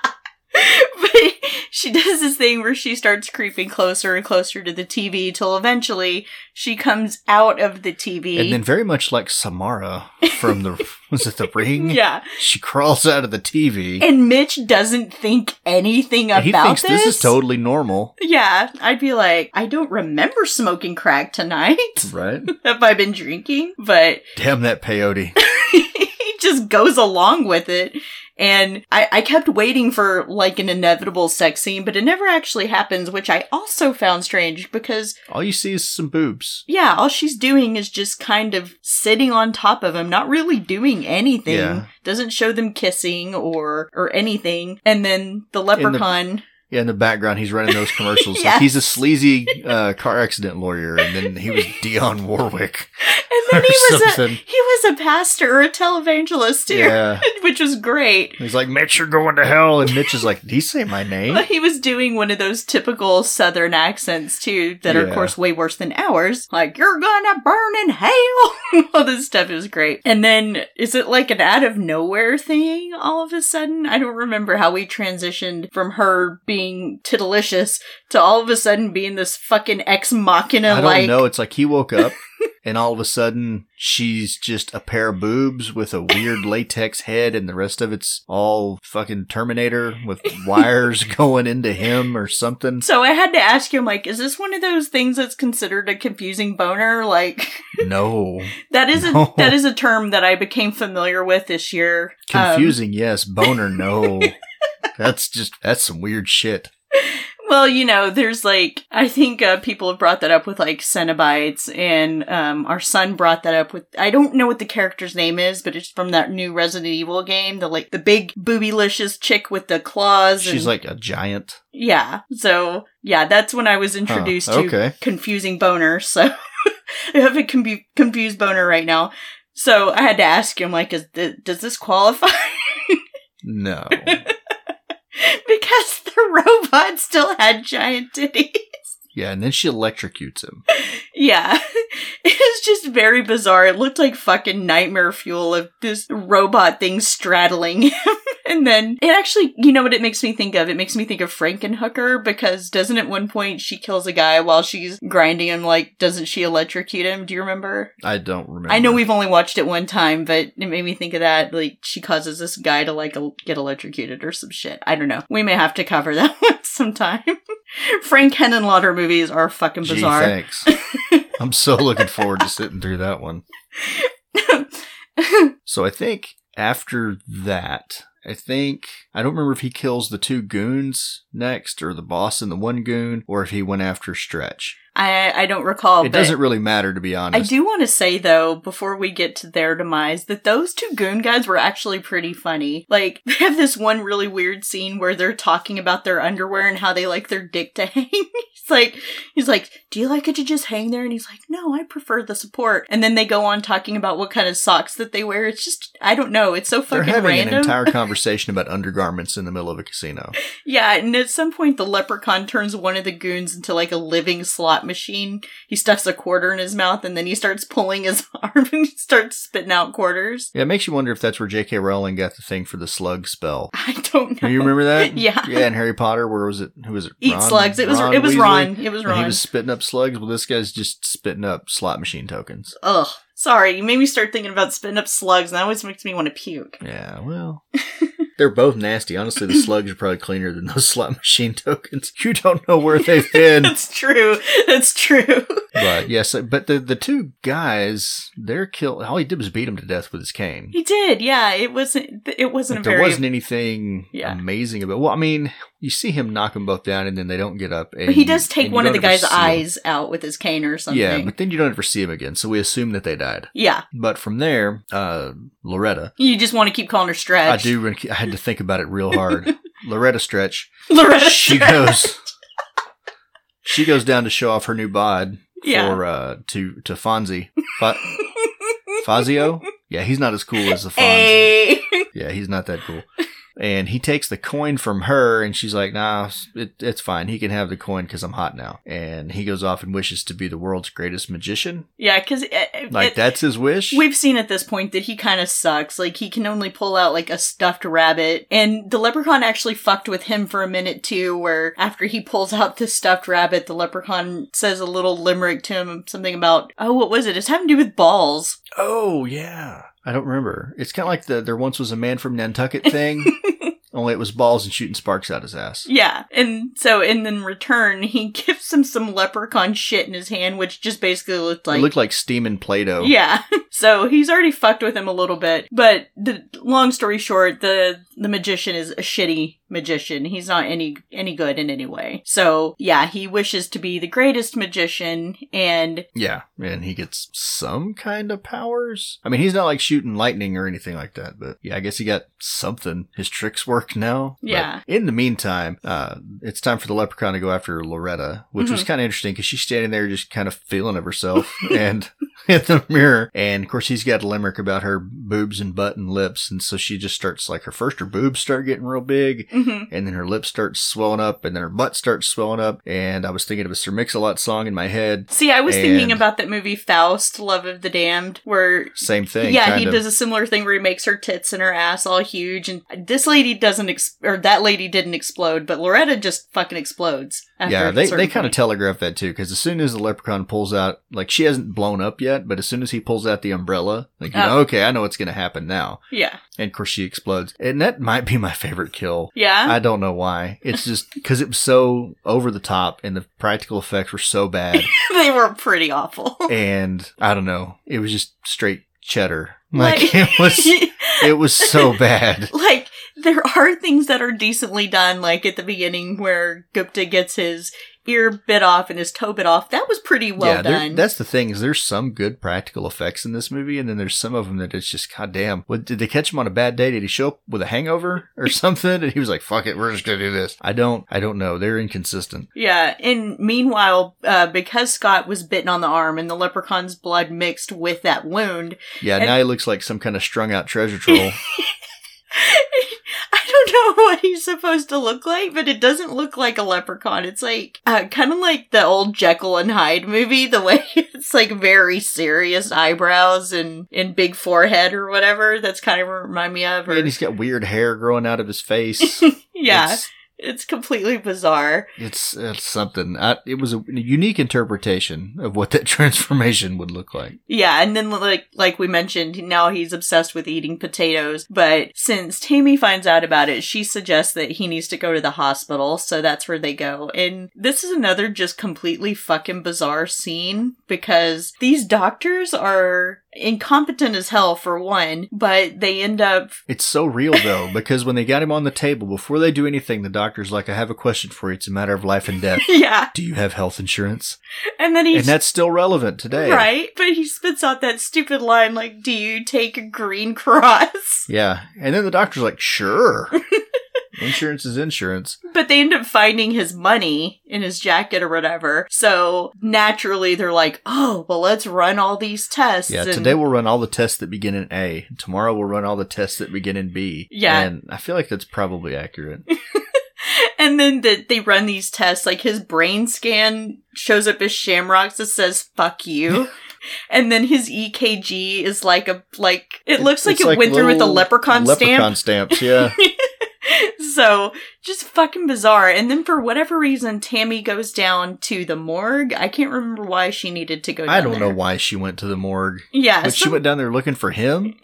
but she does this thing where she starts creeping closer and closer to the TV till eventually she comes out of the TV.
And then very much like Samara from the was it the ring?
yeah.
She crawls out of the TV.
And Mitch doesn't think anything
and
about
he thinks this? is totally normal.
Yeah, I'd be like, I don't remember smoking crack tonight.
Right?
Have I been drinking? But
Damn that peyote.
he just goes along with it. And I, I kept waiting for like an inevitable sex scene, but it never actually happens, which I also found strange because,
All you see is some boobs.
yeah, all she's doing is just kind of sitting on top of him, not really doing anything.
Yeah.
Doesn't show them kissing or or anything. And then the leprechaun.
Yeah, in the background, he's running those commercials.
Yeah.
Like he's a sleazy uh, car accident lawyer, and then he was Dion Warwick.
and then
or
he was a
something.
he was a pastor or a televangelist too.
Yeah.
which was great.
He's like, Mitch, you're going to hell. And Mitch is like, Did he say my name?
But he was doing one of those typical southern accents too, that are of
Yeah.
course way worse than ours. Like, you're gonna burn in hell. all this stuff is great. And then is it like an out of nowhere thing all of a sudden? I don't remember how we transitioned from her being tiddlicious to all of a sudden being this fucking ex machina
I don't
like
know. It's like he woke up, and all of a sudden, she's just a pair of boobs with a weird latex head, and the rest of it's all fucking Terminator with wires going into him or something.
So I had to ask him, like, is this one of those things that's considered a confusing boner? Like,
No.
that is a
No.
that is a term that I became familiar with this year. Um,
Confusing, yes. Boner, no. That's just, that's some weird shit.
well, you know, there's like I think uh, people have brought that up with like Cenobites, and um, our son brought that up with I don't know what the character's name is, but it's from that new Resident Evil game, the like the big boobylicious chick with the claws. and-
She's like a giant.
yeah. So yeah, that's when I was
Huh,
introduced to
Okay.
confusing boner. So I have a com- confused boner right now. So I had to ask him, like, is th- does this qualify?
No.
because the robot still had giant titties.
Yeah, and then she electrocutes him.
yeah, it was just very bizarre. It looked like fucking nightmare fuel of this robot thing straddling him. And then it actually, you know what it makes me think of? It makes me think of Frankenhooker because doesn't at one point she kills a guy while she's grinding him? Like, doesn't she electrocute him? Do you remember?
I don't remember.
I know we've only watched it one time, but it made me think of that. Like, she causes this guy to, like, el- get electrocuted or some shit. I don't know. We may have to cover that one sometime. Frank Henenlotter movies are fucking
Gee,
bizarre.
thanks. I'm so looking forward to sitting through that one. So I think after that, I think I don't remember if he kills the two goons next, or the boss and the one goon, or if he went after Stretch.
I, I don't recall,
it
but
doesn't really matter, to be
I
honest.
do want to say, though, before we get to their demise, that those two goon guys were actually pretty funny. Like, they have this one really weird scene where they're talking about their underwear and how they like their dick to hang. he's like, he's like, do you like it to just hang there? And he's like, no, I prefer the support. And then they go on talking about what kind of socks that they wear. It's just, I don't know. It's so
They're
fucking
having
random.
an entire conversation about undergarments in the middle of a casino.
Yeah, and at some point the leprechaun turns one of the goons into like a living slot machine. He stuffs a quarter in his mouth and then he starts pulling his arm and starts spitting out quarters.
Yeah, it makes you wonder if that's where J.K. Rowling got the thing for the slug spell.
I don't
Do
know.
you remember that?
Yeah.
Yeah, in Harry Potter, where was it? Who was it?
Eat
Ron?
slugs. It was it was
Weasley?
Ron. It was
And
Ron.
he was spitting up slugs. Well, this guy's just spitting up slot machine tokens.
Ugh. Sorry, you made me start thinking about spitting up slugs, and that always makes me want to puke.
Yeah, well. They're both nasty. Honestly, the slugs are probably cleaner than those slot machine tokens. You don't know where they've been.
That's true. That's true.
but yes, but the the two guys, they're killed. All he did was beat him to death with his cane.
He did. Yeah. It wasn't. It wasn't
Like,
a
there
very.
wasn't anything
Yeah.
amazing about. Well, I mean, you see him knock them both down, and then they don't get up. And,
but he does take
and you
one of the
don't ever
guy's
see 'em.
eyes out with his cane or something.
Yeah, but then you don't ever see him again, so we assume that they died.
Yeah.
But from there, uh, Loretta,
You just want to keep calling her
I
Stretch.
do. I had to think about it real hard. Loretta Stretch,
Loretta
she
Stretch.
goes, she goes down to show off her new bod
Yeah.
for uh, to to Fonzie, Fo- Fazio. Yeah, he's not as cool as the Fonz.
Hey.
Yeah, he's not that cool. And he takes the coin from her, and she's like, "Nah, it, it's fine. He can have the coin because I'm hot now." And he goes off and wishes to be the world's greatest magician.
yeah, because
Like that's his wish.
We've seen at this point that he kind of sucks. Like he can only pull out like a stuffed rabbit, and the leprechaun actually fucked with him for a minute too. Where after he pulls out the stuffed rabbit, the leprechaun says a little limerick to him, something about oh, what was it? It's having to do with balls.
oh yeah, I don't remember. It's kind of like the there once was a man from Nantucket thing, only it was balls and shooting sparks out his ass.
Yeah, and so and in return, he gives him some leprechaun shit in his hand, which just basically looked
it
like
looked like steam and Play-Doh.
Yeah. So he's already fucked with him a little bit. But the long story short, the the magician is a shitty magician. He's not any any good in any way. So yeah, he wishes to be the greatest magician and
Yeah, and he gets some kind of powers. I mean, he's not like shooting lightning or anything like that, but yeah, I guess he got something. His tricks work now. But
Yeah.
in the meantime, uh, it's time for the leprechaun to go after Loretta, which was kind of interesting because she's standing there just kind of feeling of herself and in the mirror. And of course, he's got a limerick about her boobs and butt and lips. And so she just starts like her first, her boobs start getting real big
mhm.
and then her lips start swelling up and then her butt starts swelling up. And I was thinking of a Sir Mix-a-Lot song in my head.
See, I was thinking
And-
about that movie Faust, Love of the Damned, where
Same thing.
yeah,
kind
he
of.
does a similar thing where he makes her tits and her ass all huge, and this lady doesn't, ex- or that lady didn't explode, but Loretta just fucking explodes. After
yeah,
a
they,
certain
they kind of
point.
telegraph that too, because as soon as the leprechaun pulls out, like she hasn't blown up yet, but as soon as he pulls out the umbrella, like, you
Oh.
know, okay, I know what's going to happen now.
yeah,
And of course, she explodes. And that might be my favorite kill.
yeah.
I don't know why. It's just because it was so over the top and the practical effects were so bad.
they were pretty awful.
and I don't know. It was just straight cheddar. Like,
Like-
it was. It was so bad.
like there are things that are decently done, like at the beginning where Gupta gets his ear bit off and his toe bit off. That was pretty well
yeah, there-
done.
that's the thing is there's some good practical effects in this movie, and then there's some of them that it's just goddamn. What did they catch him on a bad day? Did he show up with a hangover or something? And he was like, "Fuck it, we're just gonna do this." I don't, I don't know. They're inconsistent.
yeah, and meanwhile, uh, because Scott was bitten on the arm and the leprechaun's blood mixed with that wound,
Yeah,
And-
now he looks like some kind of strung out treasure troll.
I don't know what he's supposed to look like, but it doesn't look like a leprechaun. It's like uh, kind of like the old Jekyll and Hyde movie, the way it's like very serious eyebrows and and big forehead or whatever. That's kind of remind me of. Or,
and he's got weird hair growing out of his face.
yeah, it's,
It's-
completely bizarre.
it's, it's something. I, it was a unique interpretation of what that transformation would look like.
Yeah, and then like like we mentioned, now he's obsessed with eating potatoes. But since Tammy finds out about it, she suggests that he needs to go to the hospital, so that's where they go. And this is another just completely fucking bizarre scene because these doctors are incompetent as hell for one, but they end up
It's so real though, because when they got him on the table, before they do anything, the doctor's like, I have a question for you. It's a matter of life and death.
yeah,
Do you have health insurance?
and then he's
And that's still relevant today.
right, but he spits out that stupid line like, "Do you take a green cross?"
Yeah. And then the doctor's like, sure. Insurance is insurance.
But they end up finding his money in his jacket or whatever. So naturally, they're like, oh, well, let's run all these tests.
Yeah,
and-
today we'll run all the tests that begin in A. Tomorrow we'll run all the tests that begin in B.
Yeah.
And I feel like that's probably accurate.
And then the, they run these tests. Like his brain scan shows up as shamrocks that says "fuck you," and then his EKG is like a like it looks like
It's
it went through with a
little
leprechaun,
Leprechaun stamps, yeah.
stamp. so just fucking bizarre. And then for whatever reason, Tammy goes down to the morgue. I can't remember why she needed to go. Down
I don't know
there.
why she went to the morgue.
Yeah,
But she
some-
went down there looking for him,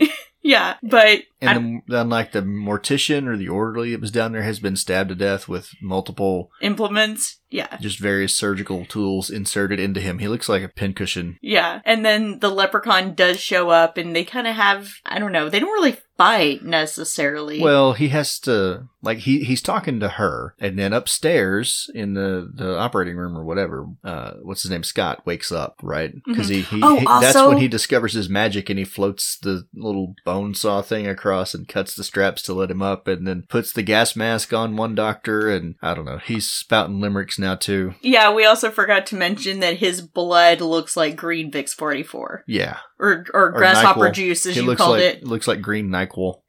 yeah, but I-
and the, then like the mortician or the orderly that was down there has been stabbed to death with multiple,
implements. Yeah.
just various surgical tools inserted into him. He looks like a pincushion.
Yeah. And then the leprechaun does show up and they kind of have, I don't know, they don't really fight necessarily.
Well, he has to like he he's talking to her, and then upstairs in the the operating room or whatever, uh, what's his name? Scott wakes up, right? Because he, he,
Oh,
he- that's
also-
when he discovers his magic, and he floats the little bone saw thing across and cuts the straps to let him up, and then puts the gas mask on one doctor, and I don't know, he's spouting limericks now too.
yeah, we also forgot to mention that his blood looks like green Vicks 44
Yeah,
or, or
Or
grasshopper
NyQuil.
juice, as
he
you
looks
called
like
it.
looks like green Nyquil.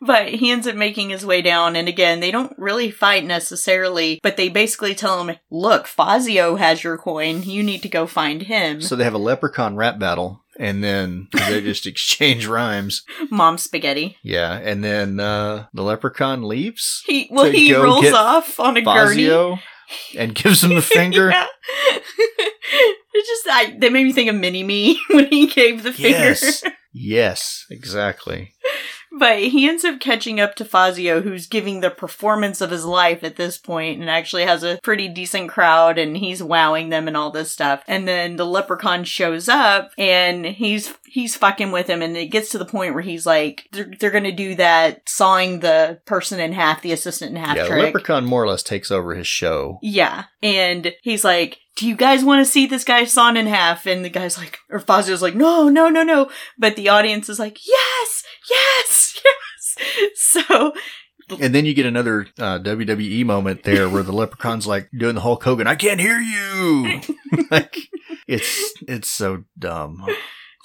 But he ends up making his way down. And again, they don't really fight necessarily, but they basically tell him, look, Fazio has your coin. You need to go find him.
so they have a leprechaun rap battle, and then they just exchange rhymes.
Mom spaghetti.
Yeah, and then uh, the leprechaun leaves
He, well,
To
he
go
rolls
get
off on a gurney.
Fazio and gives him the finger.
Yeah. it just I, that made me think of Mini Me when he gave the finger.
yes, yes, exactly.
But he ends up catching up to Fazio, who's giving the performance of his life at this point and actually has a pretty decent crowd and he's wowing them and all this stuff. And then the leprechaun shows up and he's he's fucking with him and it gets to the point where he's like, they're, they're gonna do that sawing the person in half, the assistant in half
yeah,
trick.
leprechaun more or less takes over his show.
Yeah. And he's like, Do you guys want to see this guy sawn in half? And the guy's like, or Fazio's like, No, no, no, no. But the audience is like, Yes, yes, yes. So,
And then you get another uh, WWE moment there where the leprechaun's like doing the Hulk Hogan, I can't hear you. like it's it's so dumb.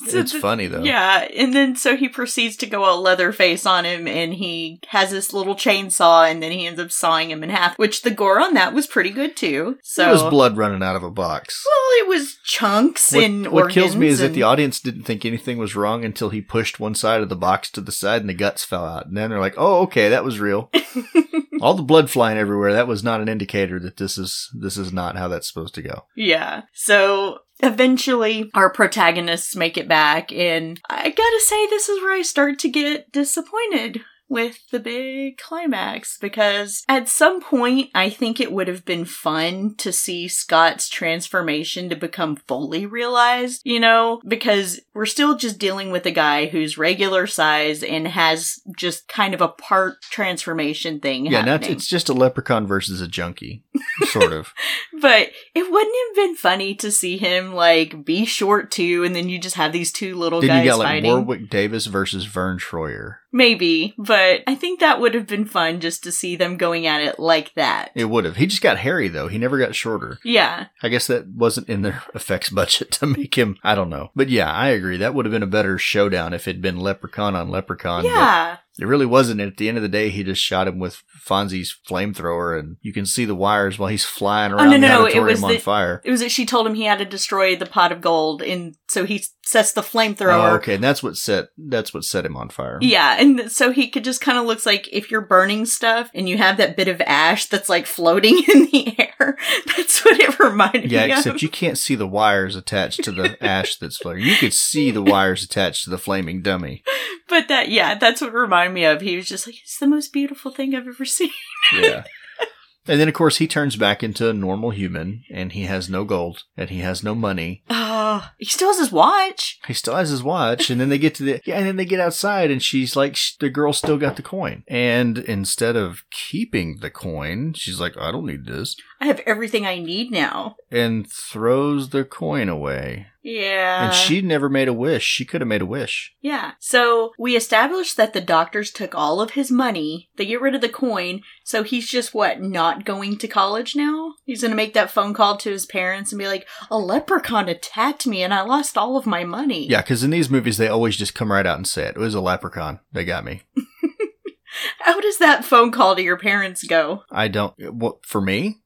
so
it's
the-
funny though.
Yeah. And then so he proceeds to go all leatherface on him and he has this little chainsaw and then he ends up sawing him in half, which the gore on that was pretty good too. So,
There was blood running out of a box.
well, it was chunks
What,
and
what kills me
organs
is that
and-
the audience didn't think anything was wrong until he pushed one side of the box to the side and the guts fell out. And then they're like, "Oh, okay, that was real." All the blood flying everywhere, that was not an indicator that this is this is not how that's supposed to go.
Yeah. So eventually our protagonists make it back and I gotta say this is where I start to get disappointed with the big climax because at some point I think it would have been fun to see Scott's transformation to become fully realized, you know, because we're still just dealing with a guy who's regular size and has just kind of a part transformation thing
yeah, now it's,
happening.
it's just a leprechaun versus a junkie, sort of.
But it wouldn't have been funny to see him like be short too, and then you just have these two little
then
guys
you got like
fighting.
Warwick Davis versus Vern Troyer.
Maybe, but I think that would have been fun just to see them going at it like that.
It would have. He just got hairy though. He never got shorter.
yeah,
I guess that wasn't in their effects budget to make him. I don't know. But yeah, I agree. That would have been a better showdown if it'd been leprechaun on leprechaun. but-
yeah,
It really wasn't. At the end of the day, he just shot him with Fonzie's flamethrower, and you can see the wires while he's flying around
Oh, no,
the
no, it
auditorium
was
on
the-
fire.
it was that she told him he had to destroy the pot of gold, and so he sets the flamethrower.
Oh, okay, and that's what set that's what set him on fire.
Yeah, and th- so he could just kind of looks like if you're burning stuff and you have that bit of ash that's like floating in the air. That's what it reminded
Yeah,
me of.
except you can't see the wires attached to the ash that's flaring. You could see the wires attached to the flaming dummy.
But that, yeah, that's what reminded me of. He was just like, it's the most beautiful thing I've ever seen.
Yeah. And then, of course, he turns back into a normal human, and he has no gold, and he has no money. Ah.
Oh, he still has his watch.
He still has his watch, and then they get to the yeah, and then they get outside, and she's like, sh- the girl still got the coin, and instead of keeping the coin, she's like, I don't need this.
I have everything I need now.
and throws the coin away.
Yeah.
and she never made a wish. She could have made a wish.
Yeah. So we established that the doctors took all of his money. They get rid of the coin. So he's just what, not going to college now? He's going to make that phone call to his parents and be like, a leprechaun attacked me and I lost all of my money.
Yeah, because in these movies, they always just come right out and say it. It was a leprechaun. They got me.
How does that phone call to your parents go?
I don't. What for me?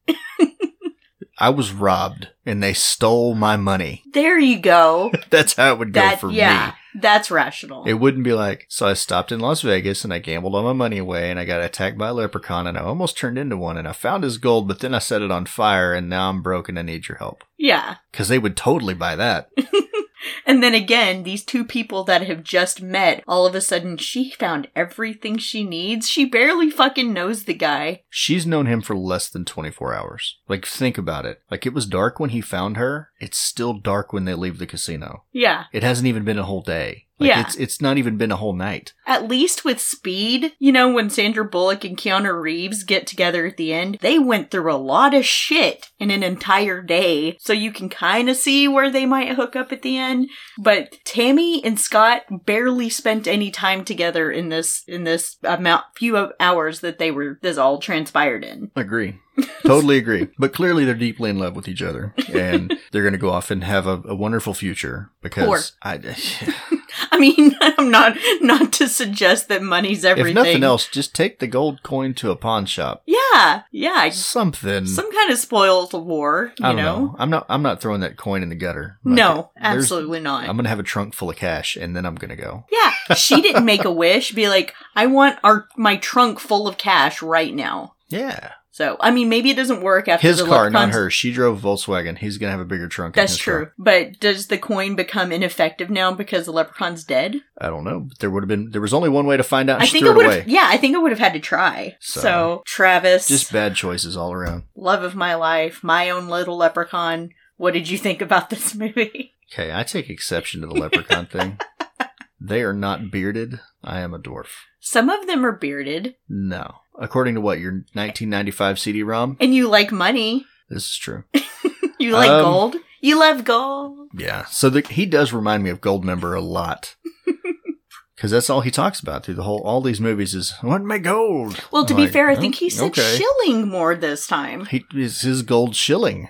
I was robbed, and they stole my money.
There you go.
That's how it would go
that,
for
yeah, that's rational.
me. It wouldn't be like so. I stopped in Las Vegas and I gambled all my money away, and I got attacked by a leprechaun, and I almost turned into one, and I found his gold, but then I set it on fire, and now I'm broke, and I need your help.
yeah.
Because they would totally buy that.
And then again, these two people that have just met, all of a sudden she found everything she needs. She barely fucking knows the guy.
She's known him for less than 24 hours. Like, think about it. Like, it was dark when he found her. It's still dark when they leave the casino.
Yeah.
It hasn't even been a whole day. Like,
Yeah.
It's, it's not even been a whole night.
At least with Speed, you know, when Sandra Bullock and Keanu Reeves get together at the end, they went through a lot of shit in an entire day. So you can kind of see where they might hook up at the end. But Tammy and Scott barely spent any time together in this, in this amount, few of hours that they were, this all transpired in.
Agree. totally agree. But clearly, they're deeply in love with each other. And they're going to go off and have a, a wonderful future because I,
I mean, I'm not, not to suggest that money's everything.
if nothing else, just take the gold coin to a pawn shop.
Yeah. Yeah.
Something.
Some kind of spoils war, you
I don't
know?
know. I'm not. I'm not throwing that coin in the gutter. Like,
No,
there's-
absolutely not.
I'm gonna have a trunk full of cash, and then I'm gonna go.
Yeah, she didn't make a wish. Be like, I want our my trunk full of cash right now.
Yeah.
So I mean, maybe it doesn't work after
his
the
car, not
leprechauns-
her. She drove Volkswagen. He's gonna have a bigger trunk. in
That's
his
true.
car.
But does the coin become ineffective now because the leprechaun's dead?
I don't know. But there would have been. There was only one way to find out. And
I
she
think I
threw it
would.
away.
have Yeah, I think I would have had to try.
So-
So, Travis,
Just bad choices all around.
love of my life, my own little leprechaun. What did you think about this movie?
Okay, I take exception to the leprechaun thing. They are not bearded. I am a dwarf.
Some of them are bearded,
No. According to what your 1995 CD-ROM,
and you like money.
this is true.
You like
Um,
gold. You love gold.
Yeah. So the, he does remind me of Goldmember a lot. Because that's all he talks about through the whole all these movies is what make gold.
Well, to
I'm
be
like,
fair, I
"Oh,
think he said
okay."
shilling more this time.
He is his gold shilling.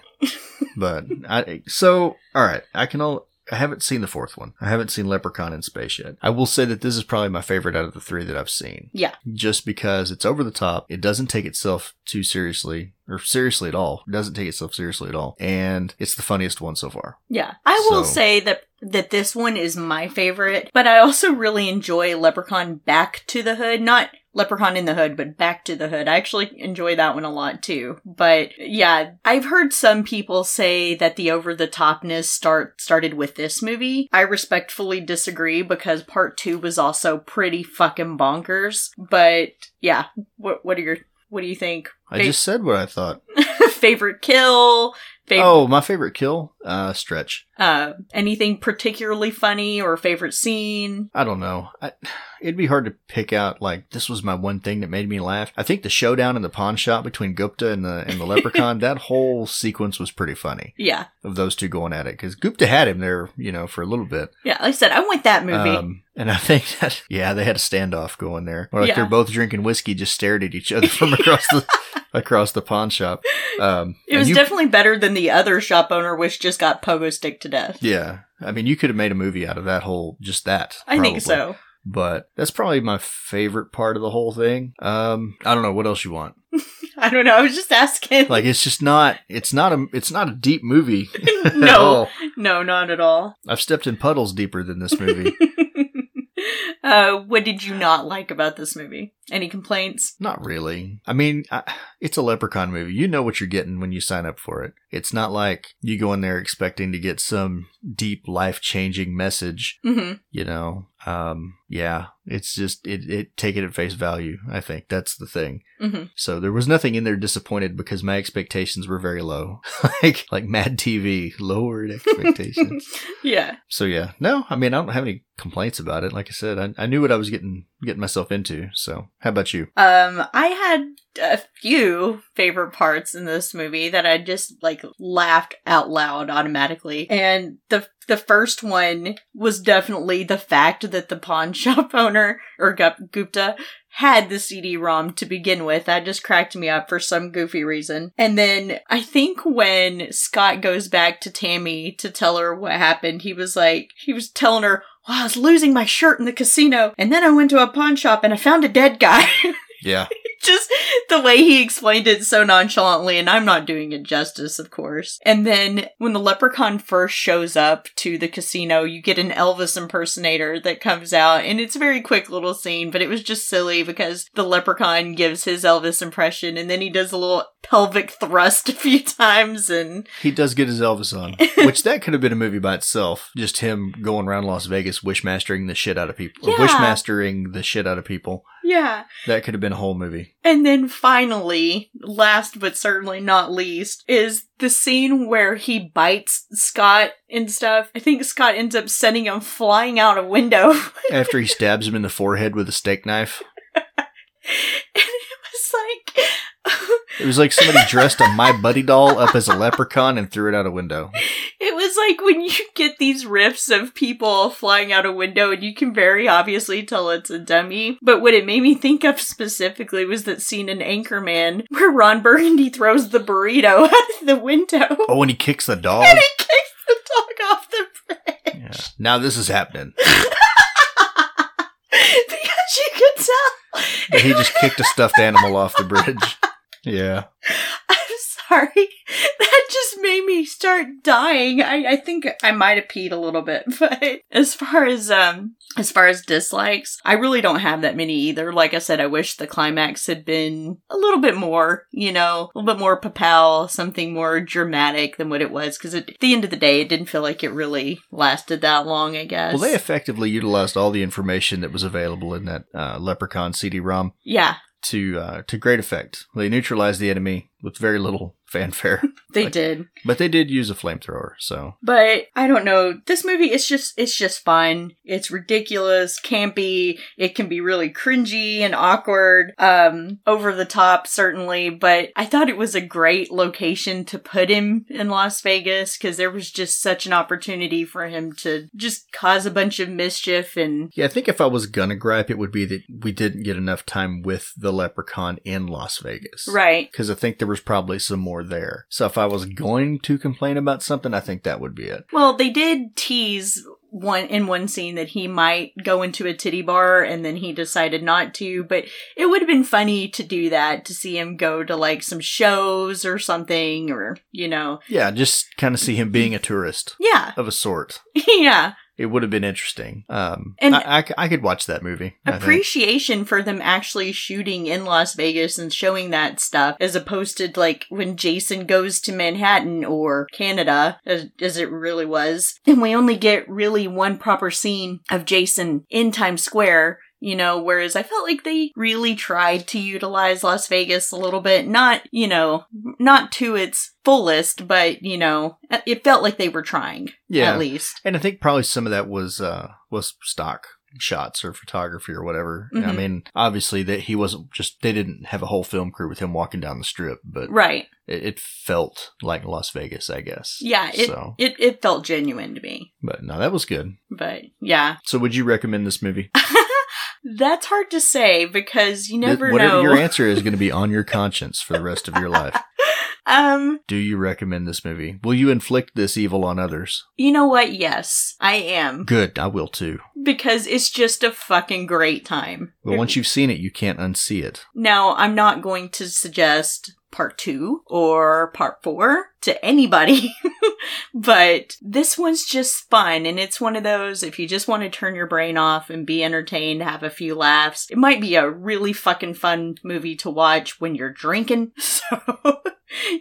but I so all right. I can all. I haven't seen the fourth one. I haven't seen Leprechaun in Space yet. I will say that this is probably my favorite out of the three that I've seen.
Yeah.
Just because it's over the top, it doesn't take itself too seriously, or seriously at all. It doesn't take itself seriously at all. And it's the funniest one so far.
Yeah. I will
So-
say that that this one is my favorite, but I also really enjoy Leprechaun Back to the Hood, not Leprechaun in the Hood, but Back to the Hood. I actually enjoy that one a lot too. But yeah, I've heard some people say that the over the topness start started with this movie. I respectfully disagree because part 2 was also pretty fucking bonkers. But yeah, what what are your what do you think?
I
Fa-
just said what I thought.
favorite kill? Favorite
Oh, my favorite kill? Uh, stretch.
Uh, anything particularly funny or favorite scene?
I don't know. I, it'd be hard to pick out like this was my one thing that made me laugh. I think the showdown in the pawn shop between Gupta and the and the leprechaun that whole sequence was pretty funny
Yeah,
of those two going at it because Gupta had him there, you know, for a little bit.
yeah. Like I said, I want that movie.
Um, and I think that yeah, they had a standoff going there. Or like
Yeah.
they're both drinking whiskey, just stared at each other from across the across the pawn shop. Um,
it
and
was
you-
definitely better than the other shop owner, which just got pogo stick to death.
yeah. I mean, you could have made a movie out of that whole just that.
I
probably.
think so.
but that's probably my favorite part of the whole thing. Um, I don't know what else you want.
I don't know. I was just asking.
Like, it's just not. It's not a. It's not a deep movie. at
no,
all.
no, not at all.
I've stepped in puddles deeper than this movie.
uh, what did you not like about this movie? Any complaints?
not really. I mean, I, it's a Leprechaun movie. You know what you're getting when you sign up for it. It's not like you go in there expecting to get some deep, life changing message.
hmm
You know. Um. Yeah. It's just it. It take it at face value. I think that's the thing.
hmm
So there was nothing in there disappointed because my expectations were very low. like like Mad TV lowered expectations.
Yeah.
so yeah, no, I mean I don't have any complaints about it. Like I said, I, I knew what I was getting getting myself into. So, how about you?
Um, I had a few favorite parts in this movie that I just like laughed out loud automatically. And the the first one was definitely the fact that the pawn shop owner or Gup- Gupta had the CD-ROM to begin with. That just cracked me up for some goofy reason. And then I think when Scott goes back to Tammy to tell her what happened, he was like he was telling her, "Well, I was losing my shirt in the casino, and then I went to a pawn shop and I found a dead guy."
Yeah.
just the way he explained it so nonchalantly, and I'm not doing it justice, of course. And then when the leprechaun first shows up to the casino, you get an Elvis impersonator that comes out, and it's a very quick little scene, but it was just silly because the leprechaun gives his Elvis impression, and then he does a little pelvic thrust a few times, and
He does get his Elvis on, which that could have been a movie by itself. Just him going around Las Vegas wishmastering the shit out of people.
Yeah.
Wishmastering the shit out of people.
yeah.
That could have been a whole movie.
And then finally, last but certainly not least, is the scene where he bites Scott and stuff. I think Scott ends up sending him flying out a window. and
After he stabs him in the forehead with a steak knife.
it was like,
It was like somebody dressed a My Buddy doll up as a leprechaun and threw it out a window.
it was like when you get these riffs of people flying out a window and you can very obviously tell it's a dummy. But what it made me think of specifically was that scene in Anchorman where Ron Burgundy throws the burrito out of the window
Oh, and he kicks the dog.
and he kicks the dog off the bridge.
Yeah. Now this is happening.
because you could tell.
But he just kicked a stuffed animal off the bridge. Yeah.
I'm sorry. That just made me start dying. I, I think I might have peed a little bit, but as far as um as far as dislikes, I really don't have that many either. Like I said, I wish the climax had been a little bit more, you know, a little bit more papal, something more dramatic than what it was. Because at the end of the day, it didn't feel like it really lasted that long. I guess.
Well, they effectively utilized all the information that was available in that uh, Leprechaun CD-ROM
yeah,
to uh, to great effect. They neutralized the enemy with very little fanfare,
they
Like-
did.
but they did use a flamethrower. So
But I don't know. This movie it's just it's just fun. It's ridiculous, campy. It can be really cringy and awkward, um, over the top certainly. But I thought it was a great location to put him in Las Vegas because there was just such an opportunity for him to just cause a bunch of mischief and
yeah, I think if I was gonna gripe, it would be that we didn't get enough time with the Leprechaun in Las Vegas,
right.
Because I think there was probably some more there. So if I was going to complain about something, I think that would be it.
Well, they did tease one in one scene that he might go into a titty bar and then he decided not to, but it would have been funny to do that to see him go to like some shows or something or, you know.
Yeah, just kind of see him being a tourist
Yeah.
of a sort.
yeah.
It would have been interesting. Um,
And-
I, I c- I could watch that movie. I think.
Appreciation for them actually shooting in Las Vegas and showing that stuff as opposed to like when Jason goes to Manhattan or Canada as, as it really was. And we only get really one proper scene of Jason in Times Square you know, whereas I felt like they really tried to utilize Las Vegas a little bit, not, you know, not to its fullest, but, you know, it felt like they were trying,
Yeah.
at least.
And I think probably some of that was uh, was stock shots or photography or whatever. I
Mhm.
mean, obviously that he wasn't just they didn't have a whole film crew with him walking down the strip, but
Right.
it, it felt like Las Vegas, I guess.
Yeah, it,
so,
it, it felt genuine to me.
but no, that was good.
But yeah,
So, would you recommend this movie?
that's hard to say because you never
Th- whatever
know.
your answer is going to be on your conscience for the rest of your life.
um,
Do you recommend this movie? Will you inflict this evil on others?
you know what? Yes, I am
Good, I will too.
because it's just a fucking great time.
But once you've seen it, you can't unsee it.
Now, I'm not going to suggest part two or part four to anybody, but this one's just fun. And it's one of those, if you just want to turn your brain off and be entertained, have a few laughs, it might be a really fucking fun movie to watch when you're drinking. So,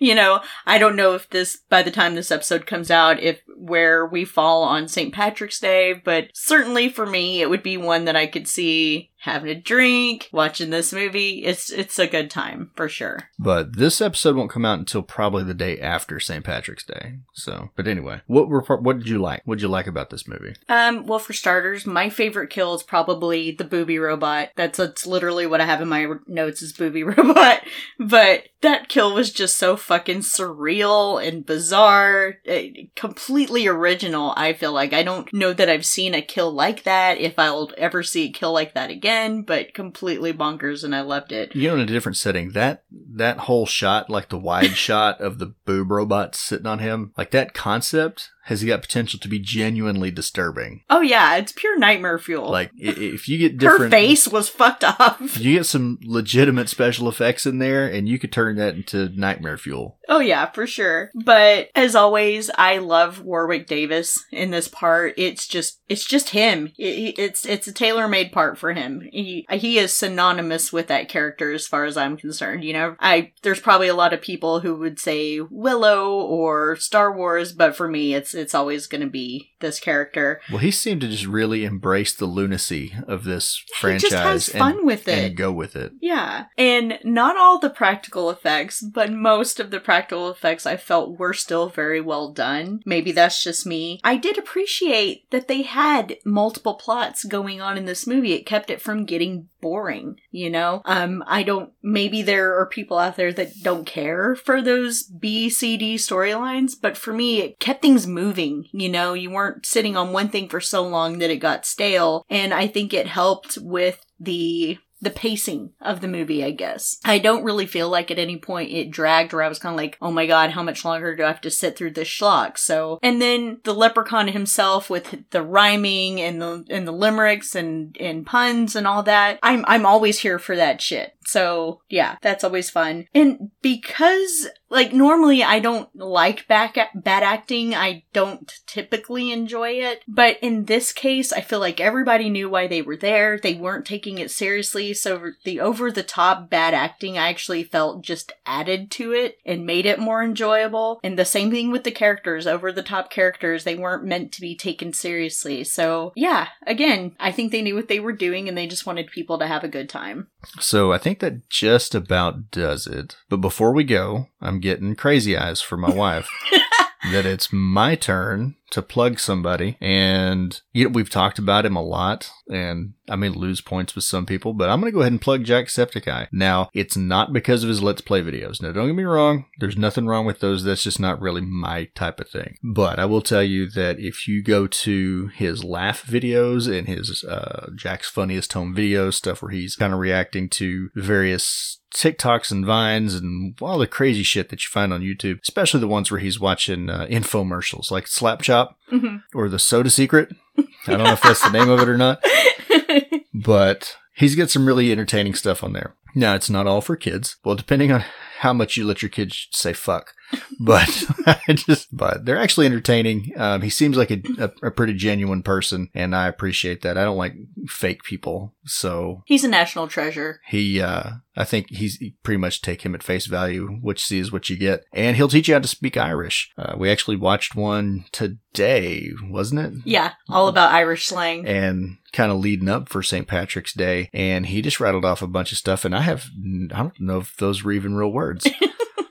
you know, I don't know if this, by the time this episode comes out, if where we fall on St. Patrick's Day, but certainly for me, it would be one that I could see having a drink, watching this movie. It's it's a good time for sure.
But this episode won't come out until probably the day after St. Patrick's Day. So, but anyway, what were par- what did you like? What did you like about this movie?
Um, well, for starters, my favorite kill is probably the booby robot. That's that's literally what I have in my notes is booby robot. But that kill was just so fucking surreal and bizarre, It- completely original. I feel like I don't know that I've seen a kill like that. If I'll ever see a kill like that again, but completely bonkers, and I loved it.
You know, in a different setting, that that whole shot, like the wide shot of the boob robot sitting on him, like that concept has got potential to be genuinely disturbing.
Oh yeah, it's pure nightmare fuel.
Like i- i- if you get
her
different
face was fucked up.
if you get some legitimate special effects in there, and you could turn that into nightmare fuel.
Oh yeah, for sure. But as always, I love Warwick Davis in this part. It's just it's just him. It, it's it's a tailor-made part for him. He he is synonymous with that character as far as I'm concerned, you know. I there's probably a lot of people who would say Willow or Star Wars, but for me it's it's always going to be this character.
Well, he seemed to just really embrace the lunacy of this
he
franchise
just has
and-
fun with it.
and go with it.
Yeah. And not all the practical effects, but most of the practical effects I felt were still very well done. Maybe that's just me. I did appreciate that they had multiple plots going on in this movie. It kept it from getting boring, you know? Um, I don't, maybe there are people out there that don't care for those B, C, D storylines, but for me, it kept things moving, you know? You weren't sitting on one thing for so long that it got stale. And I think it helped with the the pacing of the movie, I guess. I don't really feel like at any point it dragged where I was kind of like, oh my god, how much longer do I have to sit through this schlock? So, and then the leprechaun himself with the rhyming and the, and the limericks and, and puns and all that. I'm, I'm always here for that shit. So yeah, that's always fun. And because like normally I don't like back bad acting. I don't typically enjoy it, but in this case, I feel like everybody knew why they were there. They weren't taking it seriously, so the over the top bad acting I actually felt just added to it and made it more enjoyable. And the same thing with the characters, over the top characters, they weren't meant to be taken seriously. So, yeah, again, I think they knew what they were doing and they just wanted people to have a good time.
So I think that just about does it. But before we go, I'm getting crazy eyes from my wife that it's my turn to plug somebody. And you know, we've talked about him a lot, and I may lose points with some people, but I'm going to go ahead and plug Jacksepticeye. Now, it's not because of his Let's Play videos. Now, don't get me wrong, there's nothing wrong with those. That's just not really my type of thing. But I will tell you that if you go to his laugh videos and his uh, Jack's Funniest Home videos, stuff where he's kind of reacting to various TikToks and Vines and all the crazy shit that you find on YouTube, especially the ones where he's watching uh, infomercials like Slap Chop or The Soda Secret. I don't know if that's the name of it or not, but he's got some really entertaining stuff on there. Now, it's not all for kids. Well, depending on how much you let your kids say fuck, but I just, but they're actually entertaining. Um, he seems like a, a, a pretty genuine person, and I appreciate that. I don't like fake people, so
He's a national treasure.
he uh i think he's he pretty much take him at face value which sees what you get and he'll teach you how to speak irish uh, we actually watched one today wasn't it
Yeah, all about Irish slang.
and kind of leading up for st patrick's day and he just rattled off a bunch of stuff and i have i don't know if those were even real words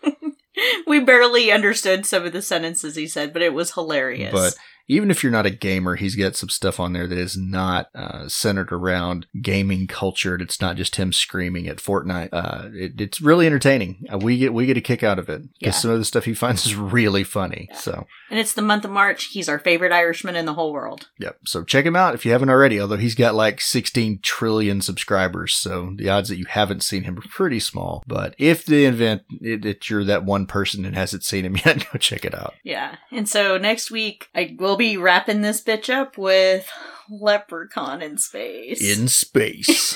we barely understood some of the sentences he said, but it was hilarious.
But even if you're not a gamer, he's got some stuff on there that is not uh, centered around gaming culture. It's not just him screaming at Fortnite. Uh, it, it's really entertaining. Uh, we get we get a kick out of it because
Yeah.
some of the stuff he finds is really funny.
Yeah.
So
and it's the month of March. He's our favorite Irishman in the whole world.
yep. So check him out if you haven't already. Although he's got like 16 trillion subscribers, so the odds that you haven't seen him are pretty small. But if the event it, that you're that one person that hasn't seen him yet, go check it out.
Yeah. And so next week, I will be wrapping this bitch up with Leprechaun in Space.
In space.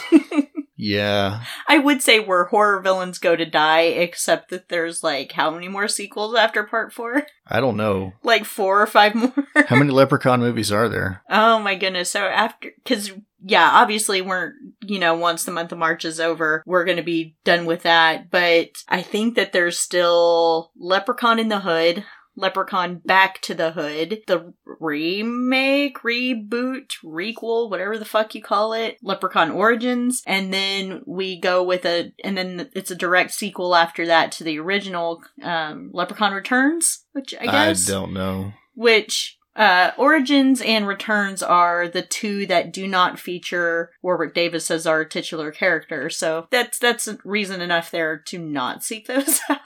yeah.
I would say where horror villains go to die, except that there's like how many more sequels after part four?
I don't know.
Like four or five more?
How many Leprechaun movies are there?
Oh my goodness. So after, cause yeah, obviously we're, you know, once the month of March is over, we're going to be done with that. But I think that there's still Leprechaun in the Hood, Leprechaun Back to the Hood, the remake, reboot, requel, whatever the fuck you call it, Leprechaun Origins, and then we go with a, and then it's a direct sequel after that to the original um, Leprechaun Returns, which I guess,
I don't know.
which. Uh, Origins and Returns are the two that do not feature Warwick Davis as our titular character, so that's that's reason enough there to not seek those out.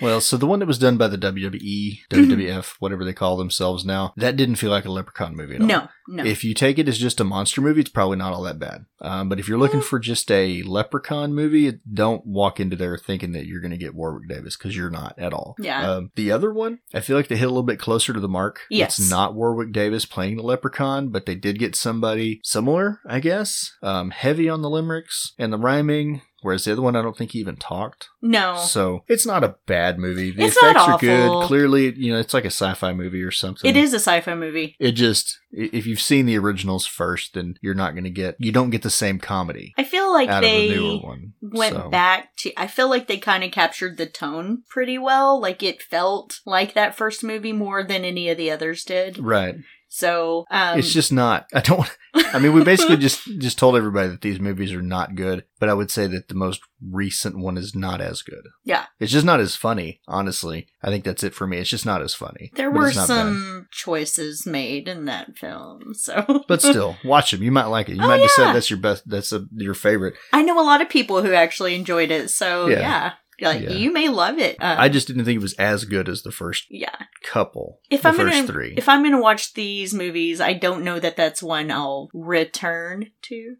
Well, so the one that was done by the E, WWE, WWF, whatever they call themselves now, that didn't feel like a Leprechaun movie at all.
No, no.
If you take it as just a monster movie, it's probably not all that bad. Um, but if you're looking
Mm.
for just a Leprechaun movie, it- don't walk into there thinking that you're going to get Warwick Davis because you're not at all.
Yeah.
Um, the other one, I feel like they hit a little bit closer to the mark.
Yes.
It's not Warwick Davis playing the Leprechaun, but they did get somebody similar, I guess. Um, heavy on the limericks and the rhyming. Whereas the other one, I don't think he even talked.
no.
So it's not a bad movie. The
Oh. It's not
effects are
awful.
good. Clearly, you know, it's like a sci-fi movie or something.
It is a sci-fi movie.
It just i- if you've seen the originals first, then you're not going to get you don't get the same comedy
I feel like
out of the newer
they
one.
went
So,
back to I feel like they kind of captured the tone pretty well. Like it felt like that first movie more than any of the others did.
Right.
So, um
it's just not. I don't. I mean, we basically just just told everybody that these movies are not good, but I would say that the most recent one is not as good.
Yeah.
It's just not as funny. Honestly, I think that's it for me. It's just not as funny.
there
but
were
it's not bad.
some choices made in that film. So,
But still, watch them. You might like it. You
Oh,
might
yeah.
decide that's your best. That's a, your favorite.
I know a lot of people who actually enjoyed it. So,
Yeah.
yeah. Like
Yeah.
you may love it. Uh,
I just didn't think it was as good as the first
yeah.
couple.
If
the
I'm
1st
gonna,
3
if I'm gonna watch these movies, I don't know that that's one I'll return to.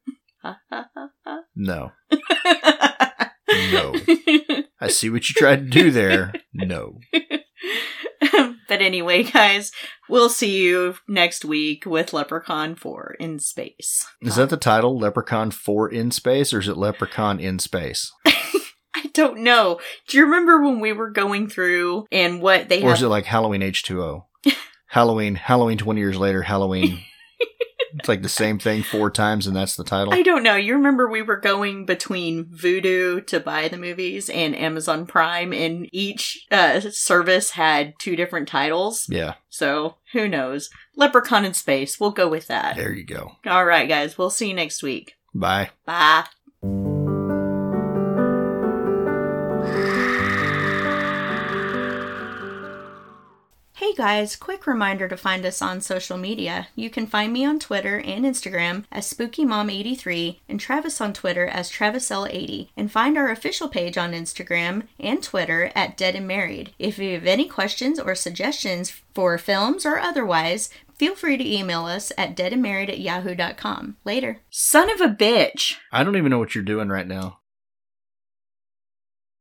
no. No. I see what you tried to do there. No.
but anyway, guys, we'll see you next week with Leprechaun 4 in space.
Is that the title, Leprechaun 4 in Space, or is it Leprechaun in Space?
I don't know. Do you remember when we were going through and what they
Or is
had?
it like Halloween H2O? Halloween, Halloween 20 years later, Halloween. It's like the same thing four times, and that's the title.
I don't know. You remember we were going between Voodoo to buy the movies and Amazon Prime, and each uh, service had two different titles.
Yeah,
So who knows? Leprechaun in space. We'll go with that.
there you go.
All right, guys. We'll see you next week.
Bye.
Bye. Hey guys, quick reminder to find us on social media. You can find me on Twitter and Instagram as SpookyMom83 and Travis on Twitter as TravisL80. And find our official page on Instagram and Twitter at Dead and Married. If you have any questions or suggestions for films or otherwise, feel free to email us at deadandmarried at yahoo.com. Later. Son of a bitch!
I don't even know what you're doing right now.